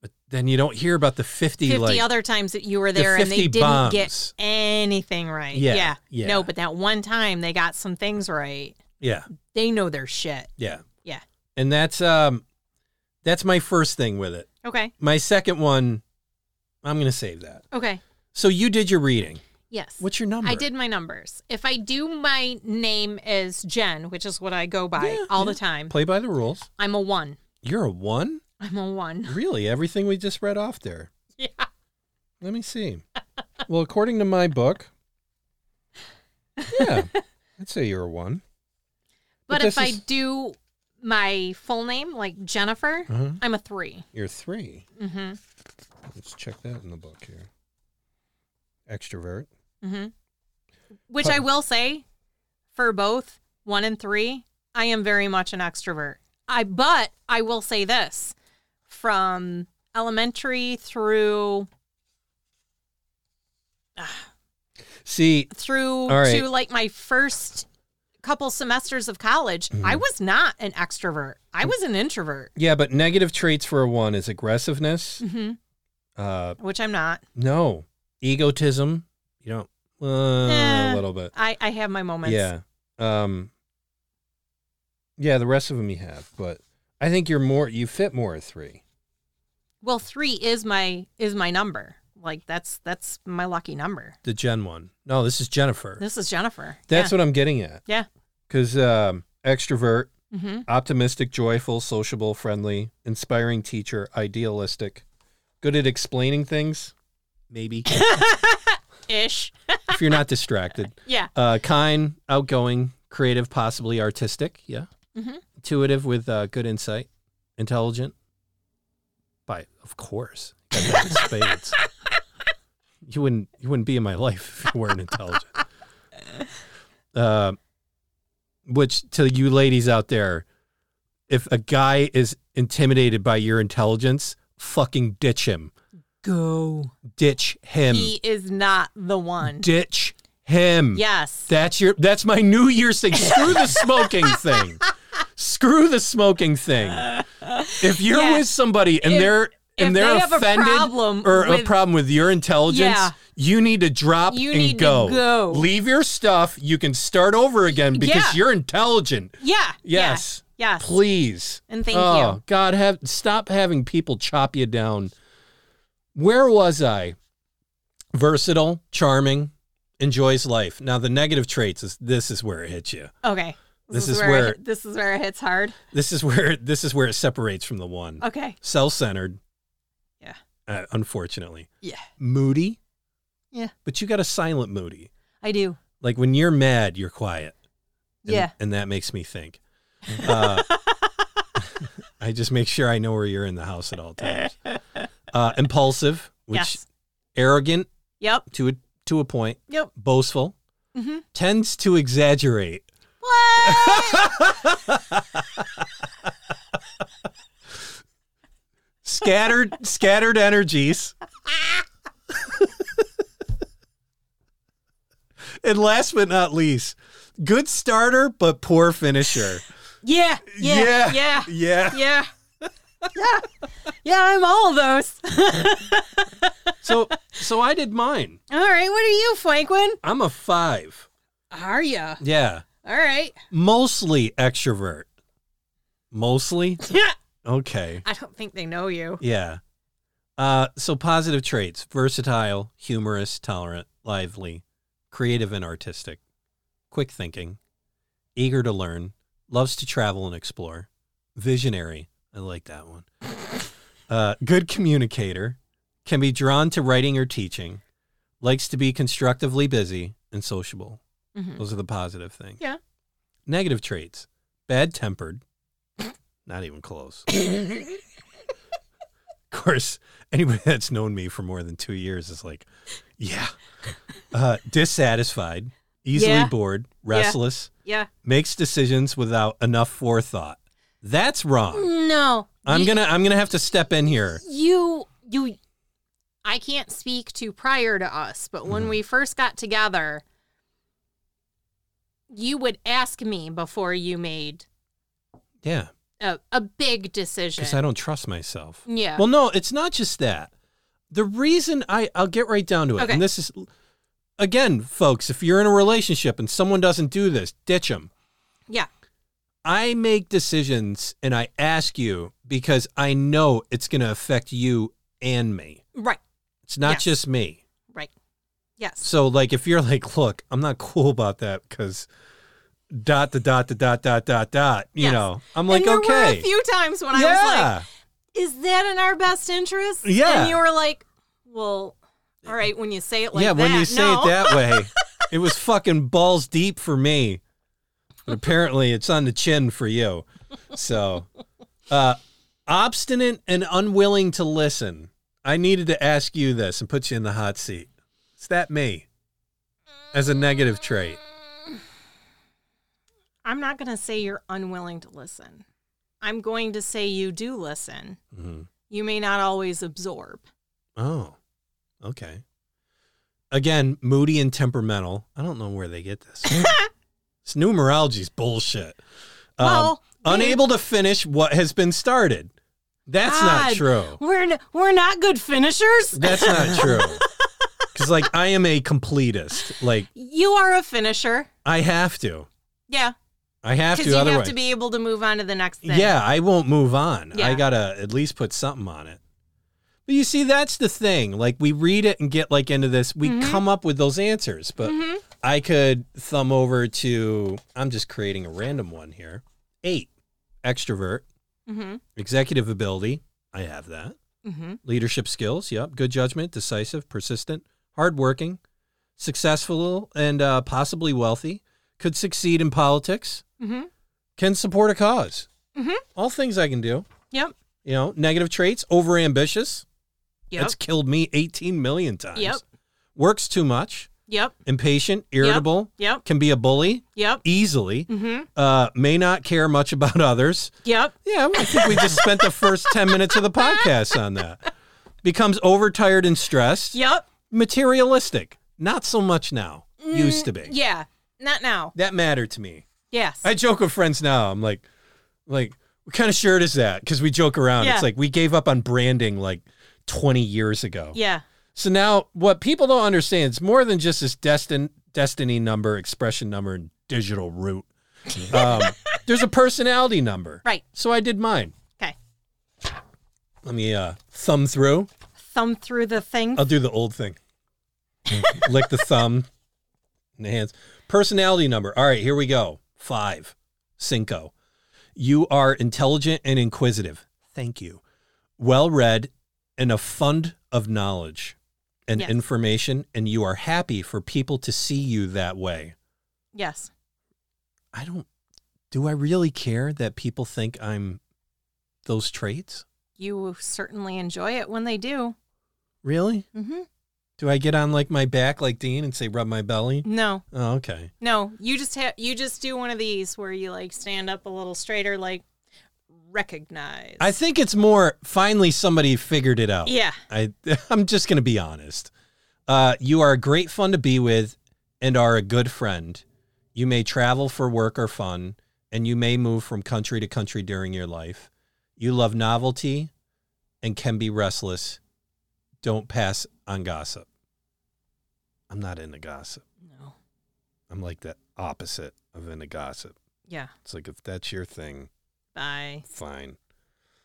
but then you don't hear about the fifty, Fifty like other times that you were the there and they 50 didn't bombs. get anything right. Yeah, yeah. yeah. No, but that one time they got some things right. yeah, They know their shit. yeah. Yeah. and that's um that's my first thing with it Okay. my second one i'm gonna save that Okay. so you did your reading Yes. what's your number I did my numbers. If I do my name as Jen, which is what I go by Yeah, all yeah. the time, play by the rules I'm a one. you're a one I'm a one. really everything we just read off there Yeah. let me see well according to my book yeah i'd say you're a one But But, if this I is- do my full name, like Jennifer, Uh-huh. I'm a 3 you're a three Mm-hmm. let's check that in the book here extrovert Mm-hmm. Which Huh. I will say, for both one and three, I am very much an extrovert. I but I will say this, from elementary through see through All right. to like my first couple semesters of college, Mm-hmm. I was not an extrovert. I was an introvert, Yeah, but negative traits for a one is aggressiveness. Mhm. Uh, which I'm not. no, egotism. You know, uh, Eh. a little bit. I, I have my moments. Yeah. Um. Yeah, the rest of them you have, but I think you're more. You fit more at three. Well, three is my is my number. Like that's that's my lucky number. The Gen one. No, this is Jennifer. This is Jennifer. That's what I'm getting at. Yeah. Because um, extrovert, what. Mm-hmm. optimistic, joyful, sociable, friendly, inspiring teacher, idealistic, good at explaining things, maybe Ish. if you're not distracted, Yeah. uh, kind, outgoing, creative, possibly artistic. Yeah. Mhm. Intuitive with uh, good insight, intelligent. By of course, Got that in spades. you wouldn't you wouldn't be in my life if you weren't intelligent. Uh, which to you ladies out there, if a guy is intimidated by your intelligence, fucking ditch him. Go. Ditch him. He is not the one. ditch him. Yes. That's your that's my New Year's thing. Screw the smoking thing. Screw the smoking thing. If you're Yeah. with somebody and If- they're if and they they're have a offended problem or a with- problem with your intelligence, Yeah. you need to drop You and need to go. go. Leave your stuff. You can start over again because Yeah. you're intelligent. yeah. Yes. Yeah. Yes. Please. And thank oh, you. God, have stop having people chop you down. Where was I? Versatile, charming, enjoys life. Now the negative traits is this is where it hits you. Okay. This is it where- hit- this is where it hits hard. This is where this is where it separates from the one. Okay. Self-centered. Yeah. Uh, unfortunately, Yeah. moody. Yeah. But you got a silent moody. I do. Like when you're mad, you're quiet. And- Yeah. And that makes me think. Uh, I just make sure I know where you're in the house at all times. Uh, impulsive, which yes. arrogant Yep. to a, to a point, Yep. boastful, Mm-hmm. tends to exaggerate. What? Scattered scattered energies. and last but not least, good starter but poor finisher. yeah. Yeah. Yeah. Yeah. Yeah. Yeah. Yeah. Yeah. I'm all of those. So so I did mine. All right. What are you, Franklin? I'm a 5. Are ya? Yeah. All right. Mostly extrovert. Mostly? Okay. I don't think they know you. Yeah. Uh, so positive traits: versatile, humorous, tolerant, lively, creative and artistic, quick thinking, eager to learn, loves to travel and explore, visionary. I like that one. Uh, good communicator, can be drawn to writing or teaching, likes to be constructively busy and sociable. Mhm. Those are the positive things. Yeah. Negative traits: bad tempered, not even close. Of course, anybody that's known me for more than two years is like, yeah. Uh, dissatisfied, easily Yeah. bored, restless, yeah. makes decisions without enough forethought. That's wrong. No. I'm You- gonna I'm gonna have to step in here. you you I can't speak to prior to us, but Mm-hmm. when we first got together, you would ask me before you made Yeah, a, a big decision. because I don't trust myself. yeah. Well, no, it's not just that. The reason I I'll get right down to it, Okay. and this is again, folks, if you're in a relationship and someone doesn't do this, ditch them. yeah. I make decisions and I ask you because I know it's going to affect you and me. Right. It's not Yes. just me. Right. Yes. So, like, if you're like, look, I'm not cool about that because dot, the dot, the dot, dot, dot, dot, you Yes. know, I'm like, and there were okay. a few times when I was yeah. like, "Is that in our best interest?" Yeah. and you were like, "Well, all right." When you say it like yeah. that, when you say no. it that way, it was fucking balls deep for me. But apparently, it's on the chin for you. So, uh, obstinate and unwilling to listen. I needed to ask you this and put you in the hot seat. Is that me? As a negative trait. I'm not going to say you're unwilling to listen. I'm going to say you do listen. Mhm. You may not always absorb. Oh, okay. Again, moody and temperamental. I don't know where they get this. This numerology's bullshit. Um, Well, they- unable to finish what has been started. That's not God, true. We're n- we're not good finishers. That's not true. Because like I am a completist. Like You are a finisher. I I have to. yeah, I have because to. you otherwise, have to be able to move on to the next thing. Yeah, I won't move on. I Yeah. gotta at least put something on it. But you see, that's the thing. Like we read it and get like into this, we come up with those answers. But I could thumb over to I'm just creating a random one here. Eight. Extrovert. Mm-hmm. Executive ability. I have that. Mm-hmm. Leadership skills. Yep. Good judgment. Decisive. Persistent. Hardworking. Successful and uh, possibly wealthy. Could succeed in politics. Mm-hmm. Can support a because Mhm. All things I can do. Yep. You know, negative traits, overambitious. Yep. That's killed me 18 million times. Yep. Works too much, yep. impatient, irritable, Yep. can be a bully Yep. easily, Mm-hmm. uh, may not care much about others. Yep. Yeah, I think we just spent the first 10 minutes of the podcast on that. Becomes overtired and stressed, Yep. materialistic. Not so much now. Used to be. Mm, Yeah. Not now. That mattered to me. Yes. I joke with friends now. I'm like, like, what kind of shirt is that? Because we joke around. Yeah. It's like we gave up on branding like 20 years ago. yeah. So now, what people don't understand, it's more than just this destin- destiny number, expression number, and digital root. Um, there's a personality number. Right. So I did mine. Okay. Let me uh, thumb through. Thumb through the thing. I'll do the old thing. Lick the thumb and the hands. Personality number. All right, here we go. Five. Cinco. You are intelligent and inquisitive. Thank you. Well read and a fund of knowledge and Yes. information, and you are happy for people to see you that way. yes. I don't, do I really care that people think I'm those traits? You certainly enjoy it when they do. Really? Mm-hmm. Do I get on like my back like Dean and say, rub my belly? No. Oh, okay. No. You just have. You just do one of these where you like stand up a little straighter, like recognize. I think it's more finally somebody figured it out. Yeah. I I'm just going to be honest. Uh, you are great fun to be with and are a good friend. You may travel for work or fun and you may move from country to country during your life. You love novelty and can be restless. Don't pass on gossip. I'm not into gossip. No. I'm like the opposite of into gossip. Yeah. It's like if that's your thing, Bye. fine.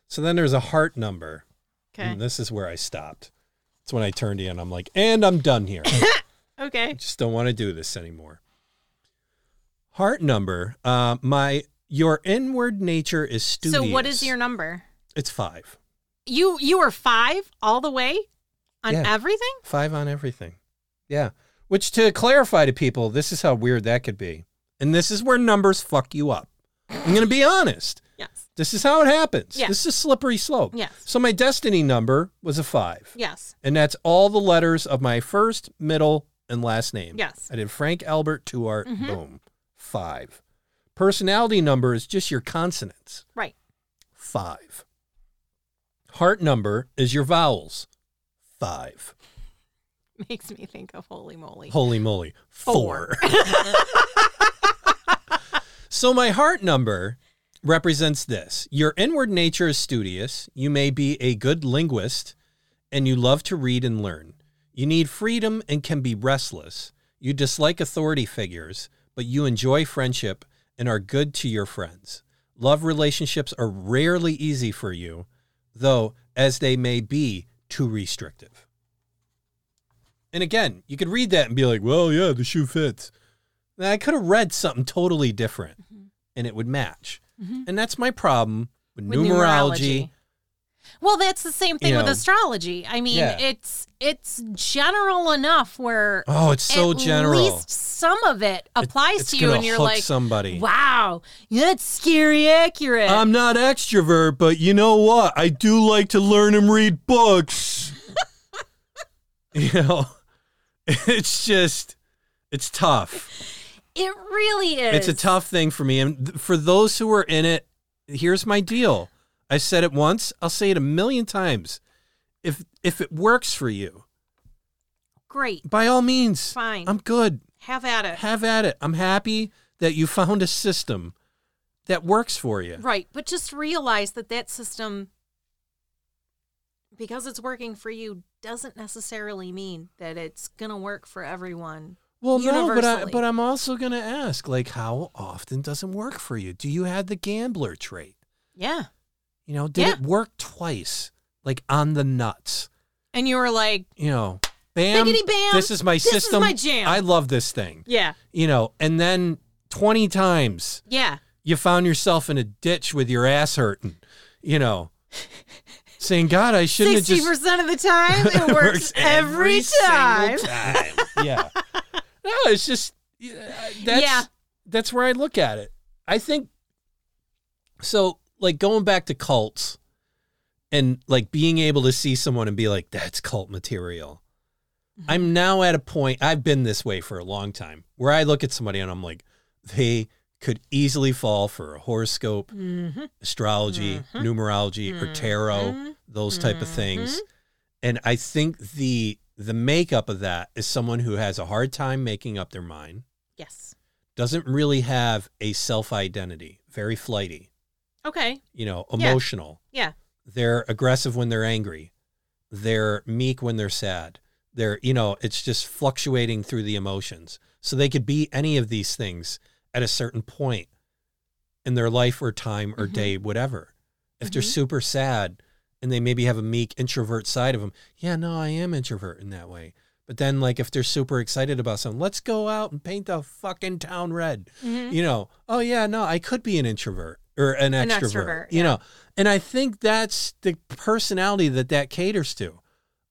So then there's a heart number. Okay. And this is where I stopped. It's when I turned in. I'm like, and I'm done here. I Okay. just don't want to do this anymore. Heart number. Uh, my your inward nature is studious. So what is your number? It's five. You you were five all the way on Yeah. everything. Five on everything. Yeah. Which to clarify to people, this is how weird that could be, and this is where numbers fuck you up. I'm gonna be honest. Yes. This is how it happens. Yeah. This is a slippery slope. Yes. So my destiny number was a five. Yes. And that's all the letters of my first, middle, and last name. Yes. I did Frank Albert Tuart, boom, five. Personality number is just your consonants, Right. five. Heart number is your vowels, five. Makes me think of holy moly. Holy moly, four. so my heart number represents this. Your inward nature is studious. You may be a good linguist and you love to read and learn. You need freedom and can be restless. You dislike authority figures, but you enjoy friendship and are good to your friends. Love relationships are rarely easy for you, though, as they may be, too restrictive. And again, you could read that and be like, well, yeah, the shoe fits. Now, I could have read something totally different Mm-hmm. and it would match. And that's my problem with, With numerology. Well, that's the same thing You with know. astrology. I mean, Yeah. it's it's general enough where Oh, it's so at general. least some of it applies it's to you, gonna and you're hook like, somebody. "Wow, that's scary accurate." I'm not extrovert, but you know what? I do like to learn and read books. you know, it's just, it's tough. it really is. It's a tough thing for me. And th- for those who are in it, here's my deal. I said it once, I'll say it a million times. If if it works for you, great. by all means, Fine. Uh, I'm good. Have at it. Have at it. I'm happy that you found a system that works for you. Right. But just realize that that system, because it's working for you, doesn't necessarily mean that it's going to work for everyone. Well, no, but I, Universally. but I'm also going to ask, like, how often does it work for you? Do you have the gambler trait? Yeah. You know, did Yeah. it work twice, like on the nuts? And you were like, You know, bam, Biggity bam, this is my this is system. my jam. I love this thing. yeah, You know, and then 20 times yeah. you found yourself in a ditch with your ass hurting. You know, saying, God, I shouldn't have Sixty just percent of the time, it works every single time. time. yeah. No, it's just yeah, that's Yeah. that's where I look at it. I think so. Like going back to cults and like being able to see someone and be like, "That's cult material." Mm-hmm. I'm now at a point. I've been this way for a long time, where I look at somebody and I'm like, they could easily fall for a horoscope, Mm-hmm. astrology, numerology, or tarot, those type of Mm-hmm. things and I think the the makeup of that is someone who has a hard time making up their mind, Yes. doesn't really have a self identity, very flighty, Okay. you know, Yeah. emotional. Yeah. They're aggressive when they're angry. They're meek when they're sad. They're, you know, it's just fluctuating through the emotions. So they could be any of these things at a certain point in their life or time or day, whatever. If they're super sad and they maybe have a meek introvert side of them, yeah, no, I am introvert in that way. But then, like, if they're super excited about something, let's go out and paint the fucking town red. You know, oh, yeah, no, I could be an introvert or an extrovert. Mm-hmm. An extrovert, You know, and I think that's the personality that that caters to.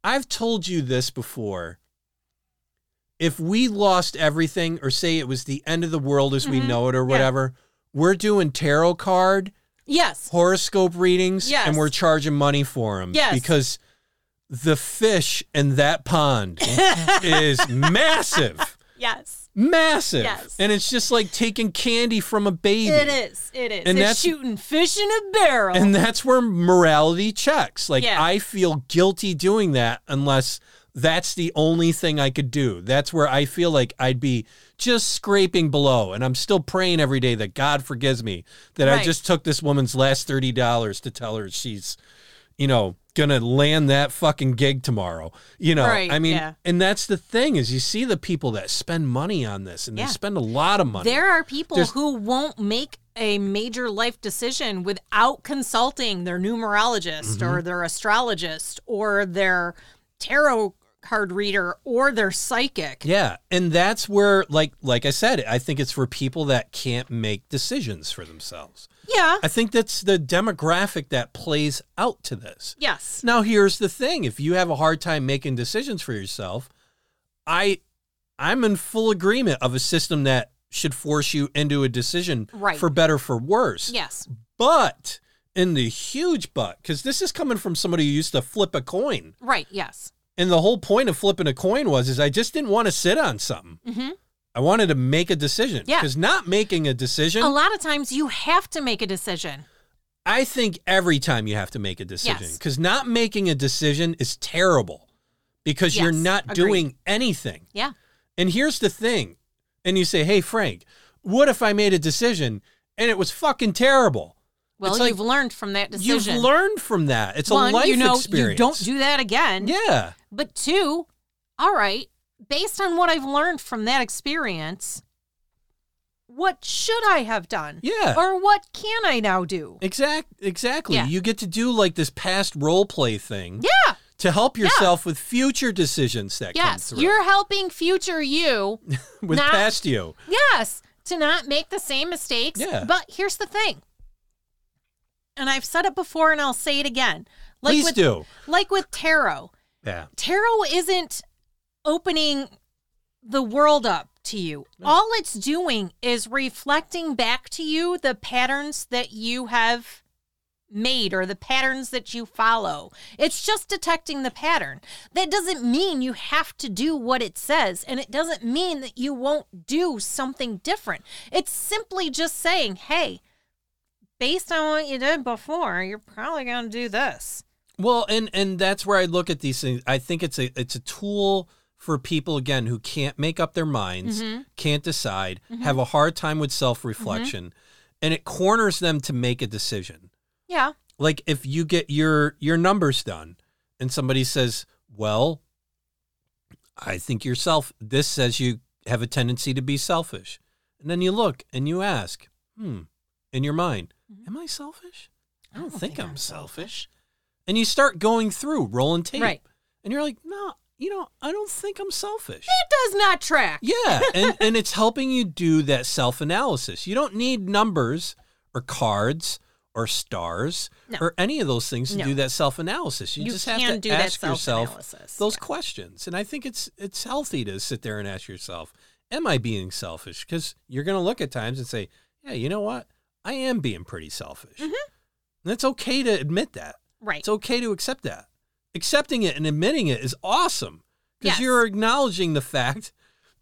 I've told you this before. If we lost everything, or say it was the end of the world as we know it, or Mm-hmm. Yeah. whatever, we're doing tarot card Yes. horoscope readings Yes. and we're charging money for them Yes. because the fish in that pond is massive Yes. massive Yes. and it's just like taking candy from a baby It is. It is. And that's- it's shooting fish in a barrel. and that's where morality checks like Yeah. i feel guilty doing that unless that's the only thing i could do that's where i feel like i'd be just scraping below and i'm still praying every day that god forgives me that i Right. just took this woman's last $30 to tell her she's you know gonna land that fucking gig tomorrow you know Right, i mean yeah. and that's the thing is you see the people that spend money on this and Yeah. they spend a lot of money there are people There's- who won't make a major life decision without consulting their numerologist or Mm-hmm. their astrologist or their tarot card reader or their psychic. Yeah, and that's where like like I said, I think it's for people that can't make decisions for themselves. Yeah. I think that's the demographic that plays out to this. Yes. Now here's the thing, if you have a hard time making decisions for yourself, I I'm in full agreement of a system that should force you into a decision Right. for better for worse. Yes. But in the huge but cuz this is coming from somebody who used to flip a coin. Right. Yes. And the whole point of flipping a coin was is I just didn't want to sit on something. hmm I wanted to make a decision. Yeah. Because not making a decision, A lot of times you have to make a decision. I think every time you have to make a decision. Yes. Because not making a decision is terrible because you're Yes, not agreed. doing anything. Yeah. And here's the thing. And you say, hey, Frank, what if I made a decision and it was fucking terrible? Well, It's like you've learned from that decision. You've learned from that. It's One, a life you know, experience. you don't do that again. Yeah. But two, all right, based on what I've learned from that experience, what should I have done? Yeah. Or what can I now do? Exact, exactly. Yeah. You get to do like this past role play thing Yeah. to help yourself with future decisions that Yes. come through You're helping future you. with not- past you. Yes, to not make the same mistakes. Yeah. But here's the thing. And I've said it before and I'll say it again. Like Please with, do. Like with tarot. Yeah. tarot isn't opening the world up to you. All it's doing is reflecting back to you the patterns that you have made or the patterns that you follow. It's just detecting the pattern. That doesn't mean you have to do what it says, and it doesn't mean that you won't do something different. It's simply just saying, hey, based on what you did before, you're probably going to do this. Well, and and that's where I look at these things. I think it's a it's a tool for people again who can't make up their minds, Mm-hmm. can't decide, have a hard time with self-reflection, Mm-hmm. and it corners them to make a decision. Yeah. Like if you get your your numbers done and somebody says, "Well, I think yourself this says you have a tendency to be selfish." And then you look and you ask, "Hmm, in your mind, am I selfish?" Mm-hmm. I don't, think, I'm selfish. And you start going through rolling tape. Right. And you're like, no, you know, I don't think I'm selfish. It does not track. yeah. And, and it's helping you do that self analysis. You don't need numbers or cards or stars No. or any of those things to No. do that self analysis. You, You just have can to do that ask yourself self-analysis. those questions. And I think it's it's healthy to sit there and ask yourself, am I being selfish? Because you're going to look at times and say, yeah, you know what? I am being pretty selfish. Mm-hmm. And it's okay to admit that. Right. It's okay to accept that. Accepting it and admitting it is awesome because Yes. you're acknowledging the fact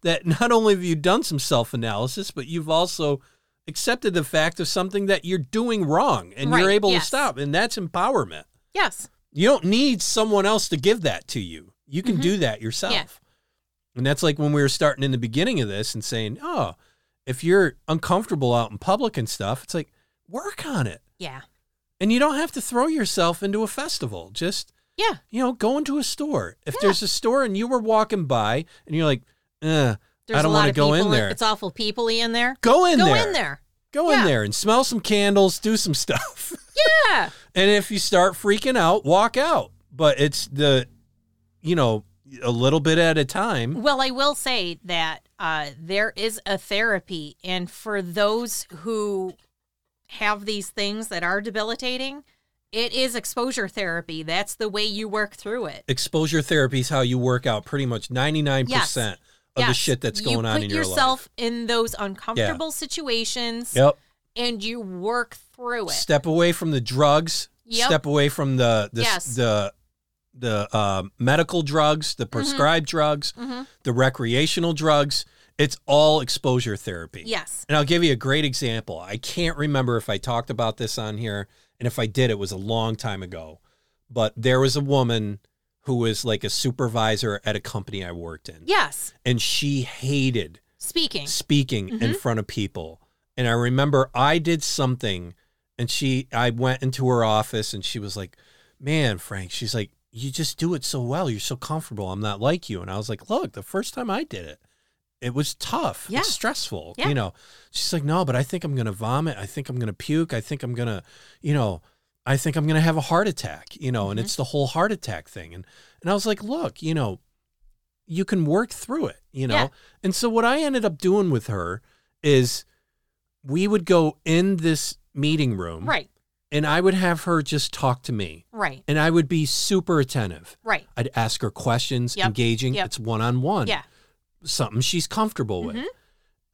that not only have you done some self analysis, but you've also accepted the fact of something that you're doing wrong and you're Right, able yes. to stop. And that's empowerment. yes. You don't need someone else to give that to you. You can do that yourself. Mm-hmm. Yeah. And that's like when we were starting in the beginning of this and saying, oh, if you're uncomfortable out in public and stuff, it's like, work on it. Yeah. And you don't have to throw yourself into a festival. Just Yeah. you know, go into a store. If there's a store and you were walking by and you're like, eh, There's I don't a lot want to of go in people there. It's awful people in there. Go in Go there. in there. Go Yeah. in there and smell some candles, do some stuff. Yeah. and if you start freaking out, walk out. But it's the, you know, a little bit at a time. Well, I will say that uh, there is a therapy, and for those who have these things that are debilitating, it is exposure therapy. That's the way you work through it. Exposure therapy is how you work out pretty much 99% of the Yes. shit that's going you on put in your yourself in those uncomfortable situations, life. Yep. and you work through it. Step away from the drugs. Yep. Step away from the the Yes. the, the um medical drugs, Mm-hmm. the prescribed drugs, the recreational drugs. It's all exposure therapy. Yes. And I'll give you a great example. I can't remember if I talked about this on here, and if I did, it was a long time ago. But there was a woman who was like a supervisor at a company I worked in, Yes. and she hated Speaking. Mm-hmm. speaking in front of people. And I remember I did something and she I went into her office and she was like, "Man, Frank, she's like, you just do it so well. You're so comfortable. I'm not like you." And I was like, "Look, the first time I did it, it was tough. Yeah. It's stressful, Yeah. you know." She's like, "No, but I think I'm going to vomit. I think I'm going to puke. I think I'm going to, you know, I think I'm going to have a heart attack, you know, Mm-hmm. and it's the whole heart attack thing." And and I was like, "Look, you know, you can work through it, you know? Yeah. And so what I ended up doing with her is we would go in this meeting room Right. and I would have her just talk to me Right. and I would be super attentive. Right. I'd ask her questions, Yep. engaging. Yep. It's one on one. Yeah. Something she's comfortable Mm-hmm. with.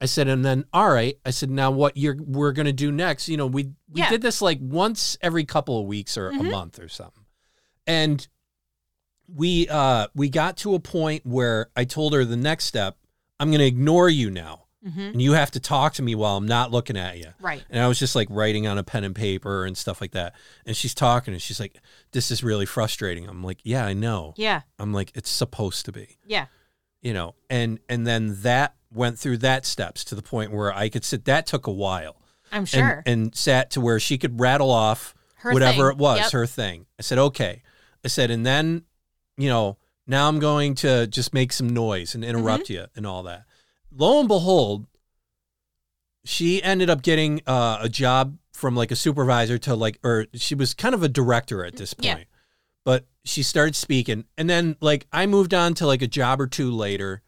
I said, and then all right. I said, now what you're we're gonna do next? You know, we we Yeah. Mm-hmm. did this like once every couple of weeks or a month or something, and we uh we got to a point where I told her the next step. I'm gonna ignore you now, Mhm. and you have to talk to me while I'm not looking at you. Right. And I was just like writing on a pen and paper and stuff like that. And she's talking, and she's like, "This is really frustrating." I'm like, "Yeah, I know." Yeah. I'm like, "It's supposed to be." Yeah. you know and and then that went through that steps to the point where i could sit that took a while I'm sure. and, and sat to where she could rattle off Her whatever it thing. was Yep. her thing i said okay i said and then you know now i'm going to just make some noise and interrupt Mm-hmm. you and all that lo and behold she ended up getting uh, a job from like a supervisor to like or she was kind of a director at this point Yeah. but she started speaking and then like i moved on to like a job or two later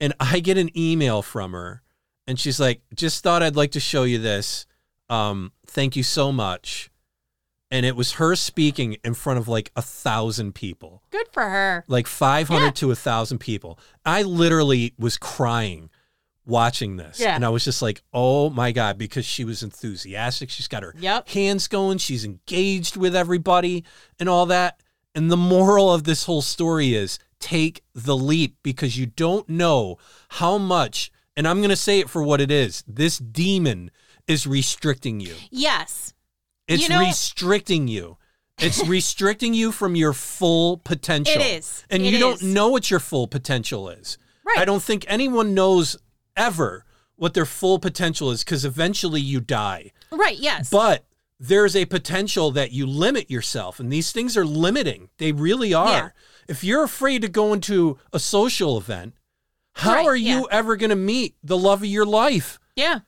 and i get an email from her and she's like just thought i'd like to show you this um thank you so much and it was her speaking in front of like a thousand people Good for her. like 500 Yeah. to a thousand people i literally was crying watching this Yeah. and i was just like oh my god because she was enthusiastic she's got her Yep. hands going she's engaged with everybody and all that and the moral of this whole story is take the leap because you don't know how much and i'm going to say it for what it is this demon is restricting you Yes. it's You know- restricting you It's restricting you from your full potential. It is. And It you don't is. know what your full potential is. Right. I don't think anyone knows ever what their full potential is because eventually you die. Right, yes. But there's a potential that you limit yourself, and these things are limiting. They really are. Yeah. If you're afraid to go into a social event, how Right, are you ever going to meet the love of your life? yeah.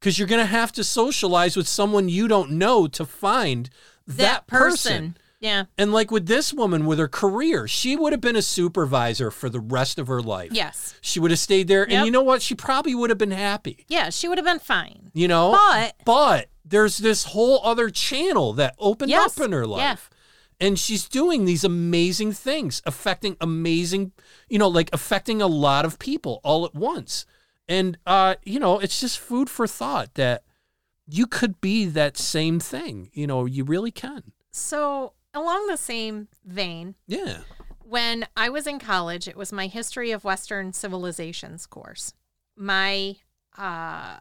Because you're going to have to socialize with someone you don't know to find that, person. Yeah. And like with this woman with her career, she would have been a supervisor for the rest of her life. Yes. She would have stayed there. And Yep. you know what? She probably would have been happy Yeah, she would have been fine. you know But- but there's this whole other channel that opened Yes, up in her life and she's doing these amazing things affecting amazing you know like affecting a lot of people all at once and uh you know it's just food for thought that you could be that same thing you know you really can So, along the same vein, yeah when I was in college, it was my History of Western Civilizations course. My uh,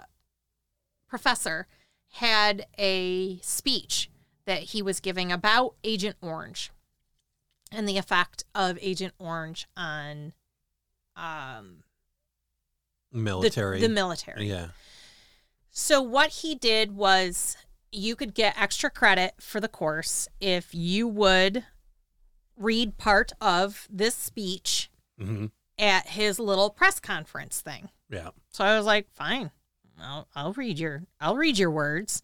professor had a speech that he was giving about Agent Orange and the effect of Agent Orange on um, the- military The, military. yeah So, what he did was you could get extra credit for the course if you would read part of this speech hmm at his little press conference thing. yeah So I was like, fine, I'll, I'll read your I'll read your words.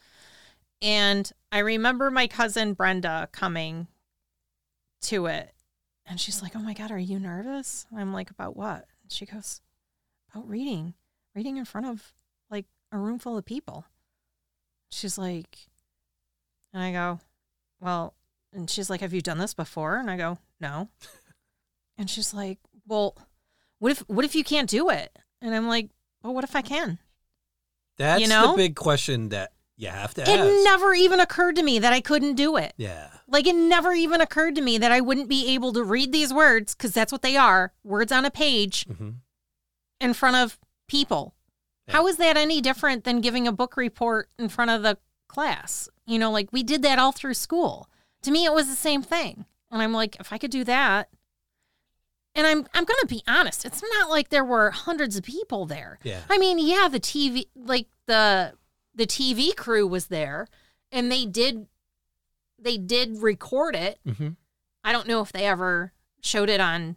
And I remember my cousin Brenda coming to it and she's like, Oh my God, are you nervous? And I'm like, about what? And she goes, About reading. Reading in front of like a room full of people. She's like and I go, Well and she's like, Have you done this before? And I go, No. and she's like, Well, what if what if you can't do it? And I'm like, well, what if I can? that's know? the big question that you have to It ask never even occurred to me that I couldn't do it. yeah Like, it never even occurred to me that I wouldn't be able to read these words, because that's what they are words on a page hmm in front of people. Yeah. How is that any different than giving a book report in front of the class? You know, like we did that all through school. To me, it was the same thing. And I'm like, if I could do that, and I'm I'm gonna be honest, it's not like there were hundreds of people there. Yeah. I mean, yeah, the TV like the the TV crew was there, and they did they did record it. hmm I don't know if they ever showed it on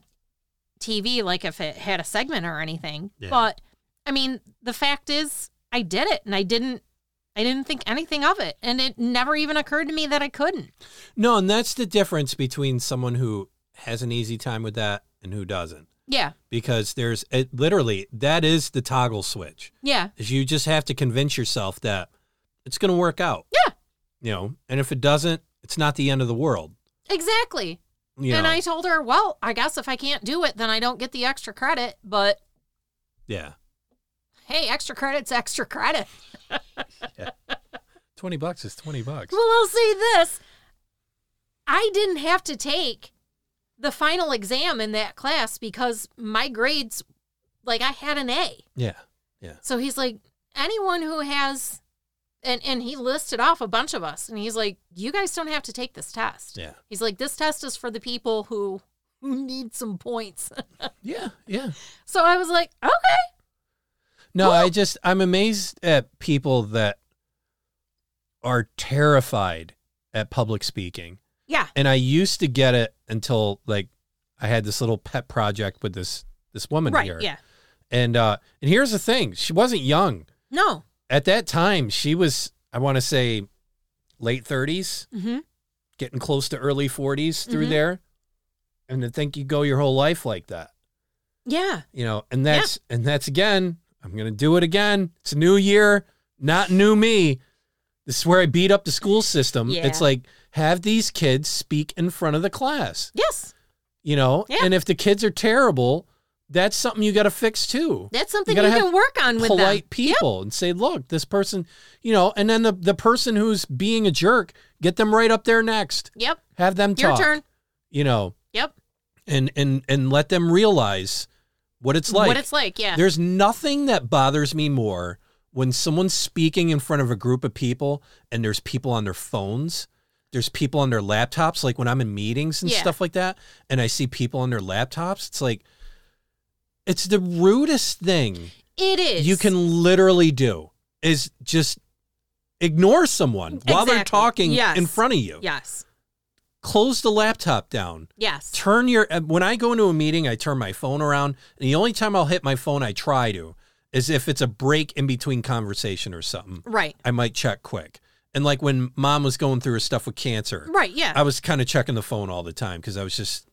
TV, like if it had a segment or anything. Yeah. But I mean, the fact is, I did it, and I didn't, I didn't think anything of it, and it never even occurred to me that I couldn't. No, and that's the difference between someone who has an easy time with that and who doesn't. Yeah, Because there's it, literally that is the toggle switch. yeah, Is you just have to convince yourself that it's going to work out. Yeah. You know, and if it doesn't, it's not the end of the world. exactly. You And know? I told her, well, I guess if I can't do it, then I don't get the extra credit. But yeah, hey, extra credit's extra credit. twenty bucks is twenty bucks. Well, I'll say this. I didn't have to take the final exam in that class because my grades, like, I had an A. Yeah, So he's like, anyone who has, and, and he listed off a bunch of us, and he's like, you guys don't have to take this test. yeah, He's like, this test is for the people who who need some points. yeah, yeah. so I was like, okay. No, I just I'm amazed at people that are terrified at public speaking. Yeah. and I used to get it until like I had this little pet project with this this woman Right. here. Yeah. And uh and here's the thing, she wasn't young. No. At that time, she was I want to say late 30s, Mm-hmm. getting close to early 40s through Mhm. there. And to think you go your whole life like that, Yeah. you know. And that's and that's again, I'm going to do it again. It's a new year, not new me. This is where I beat up the school system. Yeah. It's like have these kids speak in front of the class Yes. you know Yeah. and if the kids are terrible that's something you got to fix too That's something you, gotta can have work on with polite them. people and say look this person you know and then the, the person who's being a jerk get them right up there next Yep. have them Your talk turn. you know Yep. and and and let them realize what it's like what it's like. Yeah. there's nothing that bothers me more when someone's speaking in front of a group of people and there's people on their phones there's people on their laptops, like when I'm in meetings and Yeah. stuff like that, and I see people on their laptops, it's like, it's the rudest thing It is. you can literally do is just ignore someone while they're Exactly. talking Yes. in front of you. Yes. Close the laptop down. Yes. Turn your uh, when I go into a meeting, I turn my phone around. And the only time I'll hit my phone, I try to, is if it's a break in between conversation or something. Right. I might check quick. And like when mom was going through her stuff with cancer, Right. Yeah. I was kind of checking the phone all the time because I was just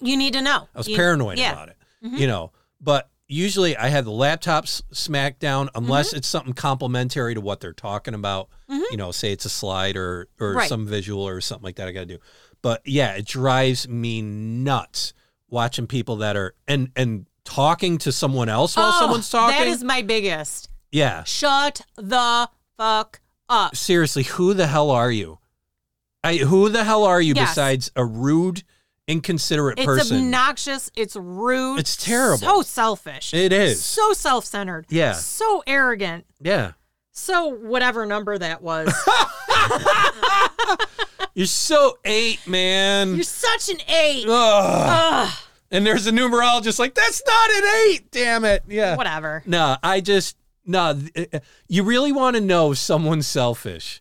you need to know. I was You- paranoid yeah. Mm-hmm. about it, you know. But usually I have the laptops smacked down unless Mm-hmm. it's something complimentary to what they're talking about. You know, say it's a slide or or Right. some visual or something like that. I got to do. But yeah, it drives me nuts watching people that are and and talking to someone else while Oh, someone's talking. That is my biggest. yeah, Shut the fuck up. seriously, who the hell are you? I who the hell are you Yes. besides a rude, inconsiderate It's person? obnoxious. It's rude. It's terrible. So selfish. It is. So self centered. Yeah. So arrogant. yeah. So whatever number that was. You're so eight, man. You're such an eight. Ugh. Ugh. And there's a numerologist like, that's not an eight, damn it. Yeah. Whatever. No, I just, no, th- uh, you really want to know if someone's selfish.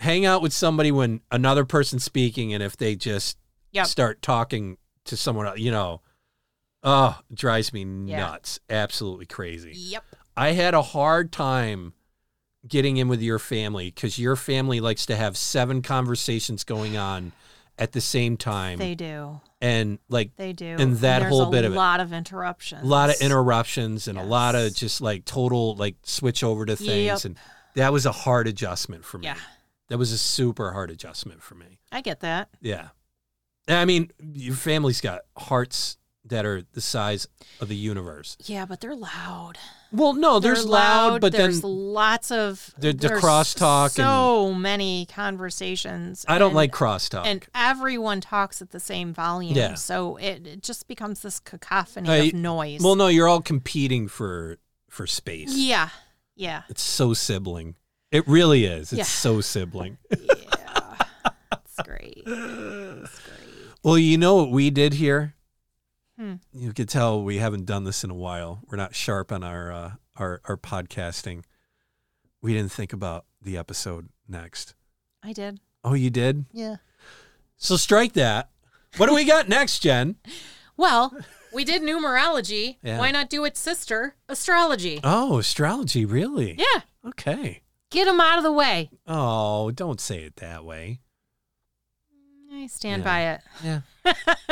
Hang out with somebody when another person's speaking and if they just Yep. start talking to someone else, you know, oh, it drives me nuts. Absolutely crazy. Yep. I had a hard time getting in with your family because your family likes to have seven conversations going on at the same time. They do. and like They do. And that There's whole bit a of it. lot of interruptions. a lot of interruptions and a lot of Yes. just like total like switch over to things Yep. and that was a hard adjustment for me Yeah. that was a super hard adjustment for me I get that. yeah and i mean your family's got hearts that are the size of the universe Yeah, but they're loud. well no They're there's loud, but there's then lots of The- the there's crosstalk and- So many conversations. i don't and- like crosstalk And everyone talks at the same volume, Yeah. so it, it just becomes this cacophony I- of noise. well no you're all competing for for space yeah, yeah, it's so sibling it really is it's Yeah. so sibling yeah. It's great. It's great. Well, you know what we did here. Hmm. You could tell we haven't done this in a while. We're not sharp on our uh, our our podcasting. We didn't think about the episode next. I did. Oh, you did. Yeah. So strike that. What do we got next, Jen? Well, we did numerology. Yeah. Why not do its sister, astrology? Oh, astrology, really? yeah, Okay. get them out of the way. Oh, don't say it that way. I stand Yeah. by it. Yeah.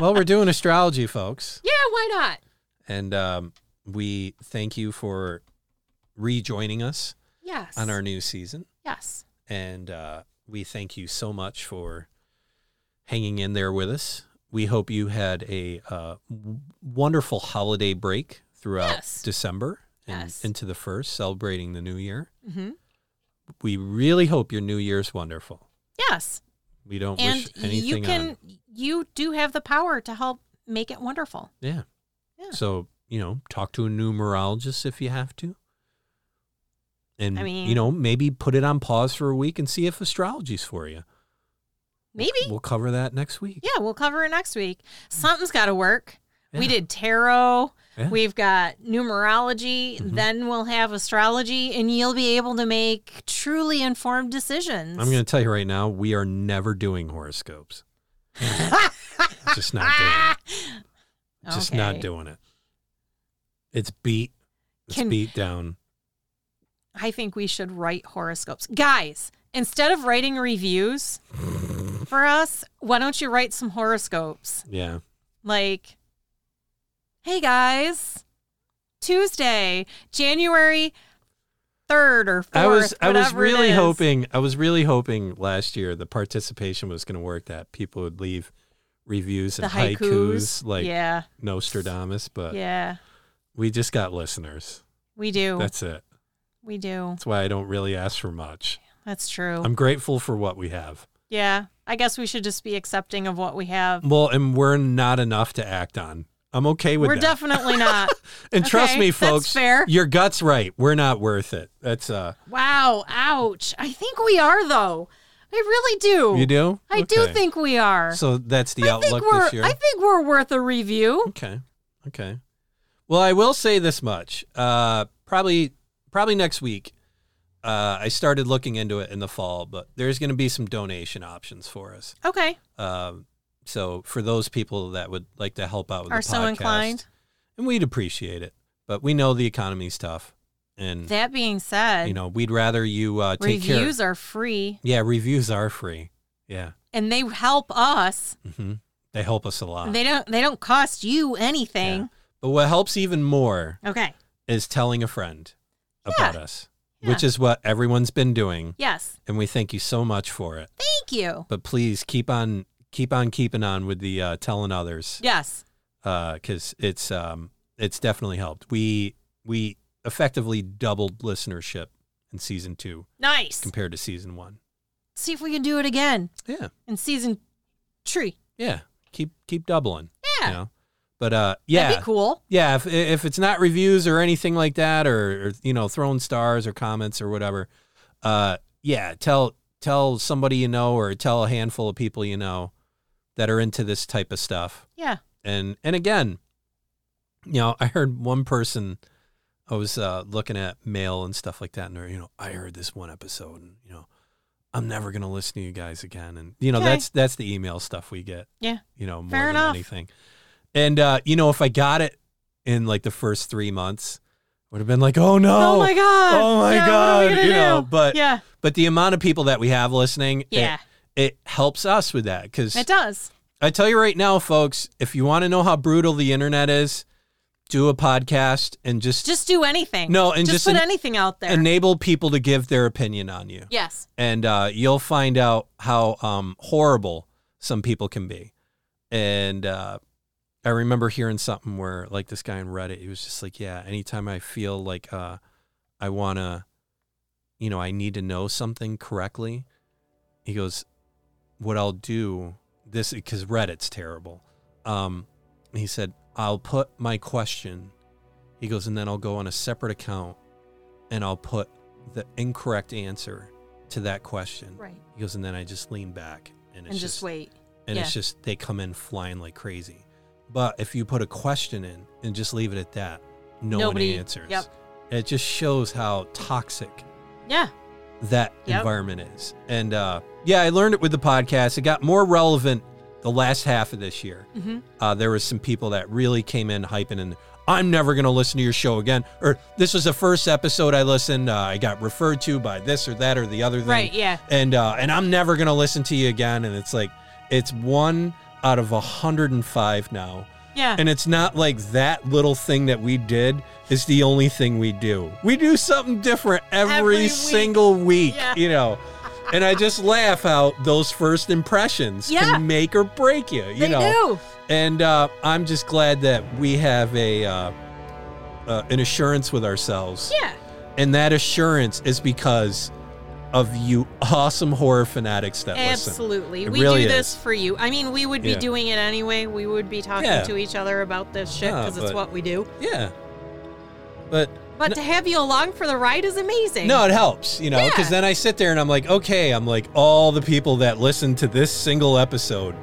well, we're doing astrology, folks, Yeah, why not? and um, we thank you for rejoining us Yes. on our new season. yes. And uh, we thank you so much for hanging in there with us. We hope you had a uh, w- wonderful holiday break throughout Yes. December and Yes. into the first, celebrating the new year. Mm-hmm. We really hope your new year's wonderful. Yes. We don't And wish anything you can, on. you do have the power to help make it wonderful. Yeah. Yeah. So, you know, talk to a numerologist if you have to. And, I mean- you know, maybe put it on pause for a week and see if astrology's for you. Maybe. We'll cover that next week. yeah, we'll cover it next week. Something's got to work. We Yeah. did tarot. Yeah. We've got numerology. Mhm. Then we'll have astrology, and you'll be able to make truly informed decisions. I'm going to tell you right now, we are never doing horoscopes. just not doing it. Just not Ah! Okay. doing it. It's beat. It's Can- beat down. I think we should write horoscopes. Guys, instead of writing reviews for us, why don't you write some horoscopes? Yeah. Like, hey guys, Tuesday, January 3rd or 4th. I was I was whatever it really is. hoping I was really hoping last year the participation was going to work that people would leave reviews the and haikus. haikus, like yeah, Nostradamus, but yeah, Oh. we just got listeners. we do. That's it. we do. That's why I don't really ask for much. That's true. I'm grateful for what we have. yeah, I guess we should just be accepting of what we have. Well, and we're not enough to act on. I'm okay with We're that. definitely not. And trust Okay, me, that's folks, fair. your gut's right. We're not worth it. That's uh, Wow, ouch. I think we are though. I really do. You do? Oh. I do Okay. think we are. So that's the I outlook think we're. this year. I think we're worth a review. Okay. Okay. Well, I will say this much. Uh, probably, probably next week. Uh, I started looking into it in the fall, but there's going to be some donation options for us. Okay. Um, so for those people that would like to help out with Are the podcast, so inclined. and we'd appreciate it, but we know the economy's tough, and That being said, you know we'd rather you uh, take care. reviews are free yeah, reviews are free. Yeah, and they help us. hmm they help us a lot. They don't. They don't cost you Yeah. anything. But what helps even more Okay. is telling a friend about us, Yeah. which is what everyone's been doing, Yes. and we thank you so much for it. Thank you. But please keep on keep on keeping on with the uh, telling others Yes. because uh, it's um, it's definitely helped. We we effectively doubled listenership in season two Nice. compared to season one. See if we can do it again Yeah, in season three. yeah. Keep keep doubling. Yeah. You know? But uh, yeah, That'd be cool. yeah if, if it's not reviews or anything like that or, or you know throwing stars or comments or whatever uh yeah tell tell somebody you know or tell a handful of people you know that are into this type of stuff Yeah. and and again you know i heard one person i was uh looking at mail and stuff like that and they're you know i heard this one episode and you know i'm never gonna listen to you guys again and you know Okay. that's that's the email stuff we get Yeah. you know more Fair than enough. anything and uh you know if i got it in like the first three months would have been like oh no Oh, my god. Oh, my Yeah, what God. are we gonna You know, do? but- yeah, but the amount of people that we have listening yeah, it, it helps us with that because it does. I tell you right now, folks, if you want to know how brutal the internet is, do a podcast and just, Just do anything. No, and just put an- anything out there. enable people to give their opinion on you. yes. And uh, you'll find out how um, horrible some people can be. And uh, I remember hearing something where, like, this guy on Reddit, he was just like, yeah, anytime I feel like uh, I want to, you know, I need to know something correctly, he goes, what I'll do this because Reddit's terrible. Um, he said, I'll put my question. He goes, and then I'll go on a separate account and I'll put the incorrect answer to that question. Right. He goes, and then I just lean back and it's And just wait. and it's yeah. just they come in flying like crazy. But if you put a question in and just leave it at that, no Nobody- one answers. yep. It just shows how toxic Yeah. that Yep. environment is. And uh, yeah, I learned it with the podcast. It got more relevant the last half of this year. Mm-hmm. Uh, there was some people that really came in hyping and I'm never going to listen to your show again. Or this was the first episode I listened. Uh, I got referred to by this or that or the other thing. Right. Yeah. And uh, and I'm never going to listen to you again. And it's like it's one out of 105 now. Yeah. And it's not like that little thing that we did is the only thing we do. We do something different every, Every week. single week, Yeah. you know. And I just laugh how those first impressions Yeah. can make or break you, you they know. do. And uh, I'm just glad that we have a uh, uh, an assurance with ourselves, Yeah. and that assurance is because of you, awesome horror fanatics that listen. Absolutely. It we really do this is. for you. I mean, we would be Yeah. doing it anyway. We would be talking Yeah. to each other about this shit Yeah, because it's but- what we do. Yeah, but But to have you along for the ride is amazing. No, it helps, you know, Yeah. because then I sit there and I'm like, okay, I'm like all the people that listen to this single episode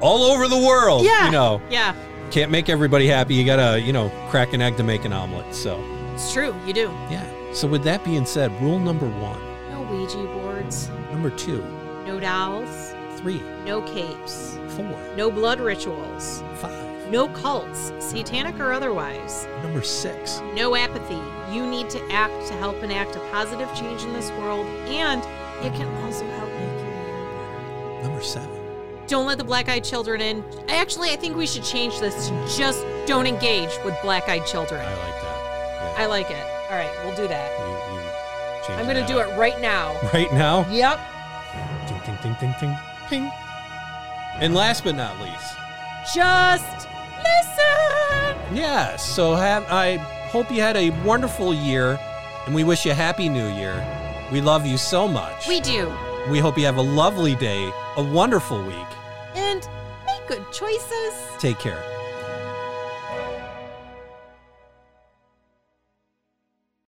all over the world, Yeah. you know, Yeah. can't make everybody happy. You gotta, you know, crack an egg to make an omelet. So, It's true. You do. yeah. So, with that being said, rule number one, No Ouija boards. number two, No dolls. three, No capes. four, No blood rituals. five, No cults, satanic or otherwise. number six, No apathy. You need to act to help enact a positive change in this world, and it can also help make you number seven, better. Don't let the black eyed children in. Actually, I think we should change this to just don't engage with black eyed I children. like that. I like it. All right, we'll do that. Yeah. you, you changing I'm going to that do up. it right now. right now. Yep. Ding, ding, ding, ding, ding, ping. And last but not least. Just listen. Yeah, so have I hope you had a wonderful year and we wish you a happy new year. We love you so much. We do. We hope you have a lovely day, a wonderful week. And make good choices. Take care.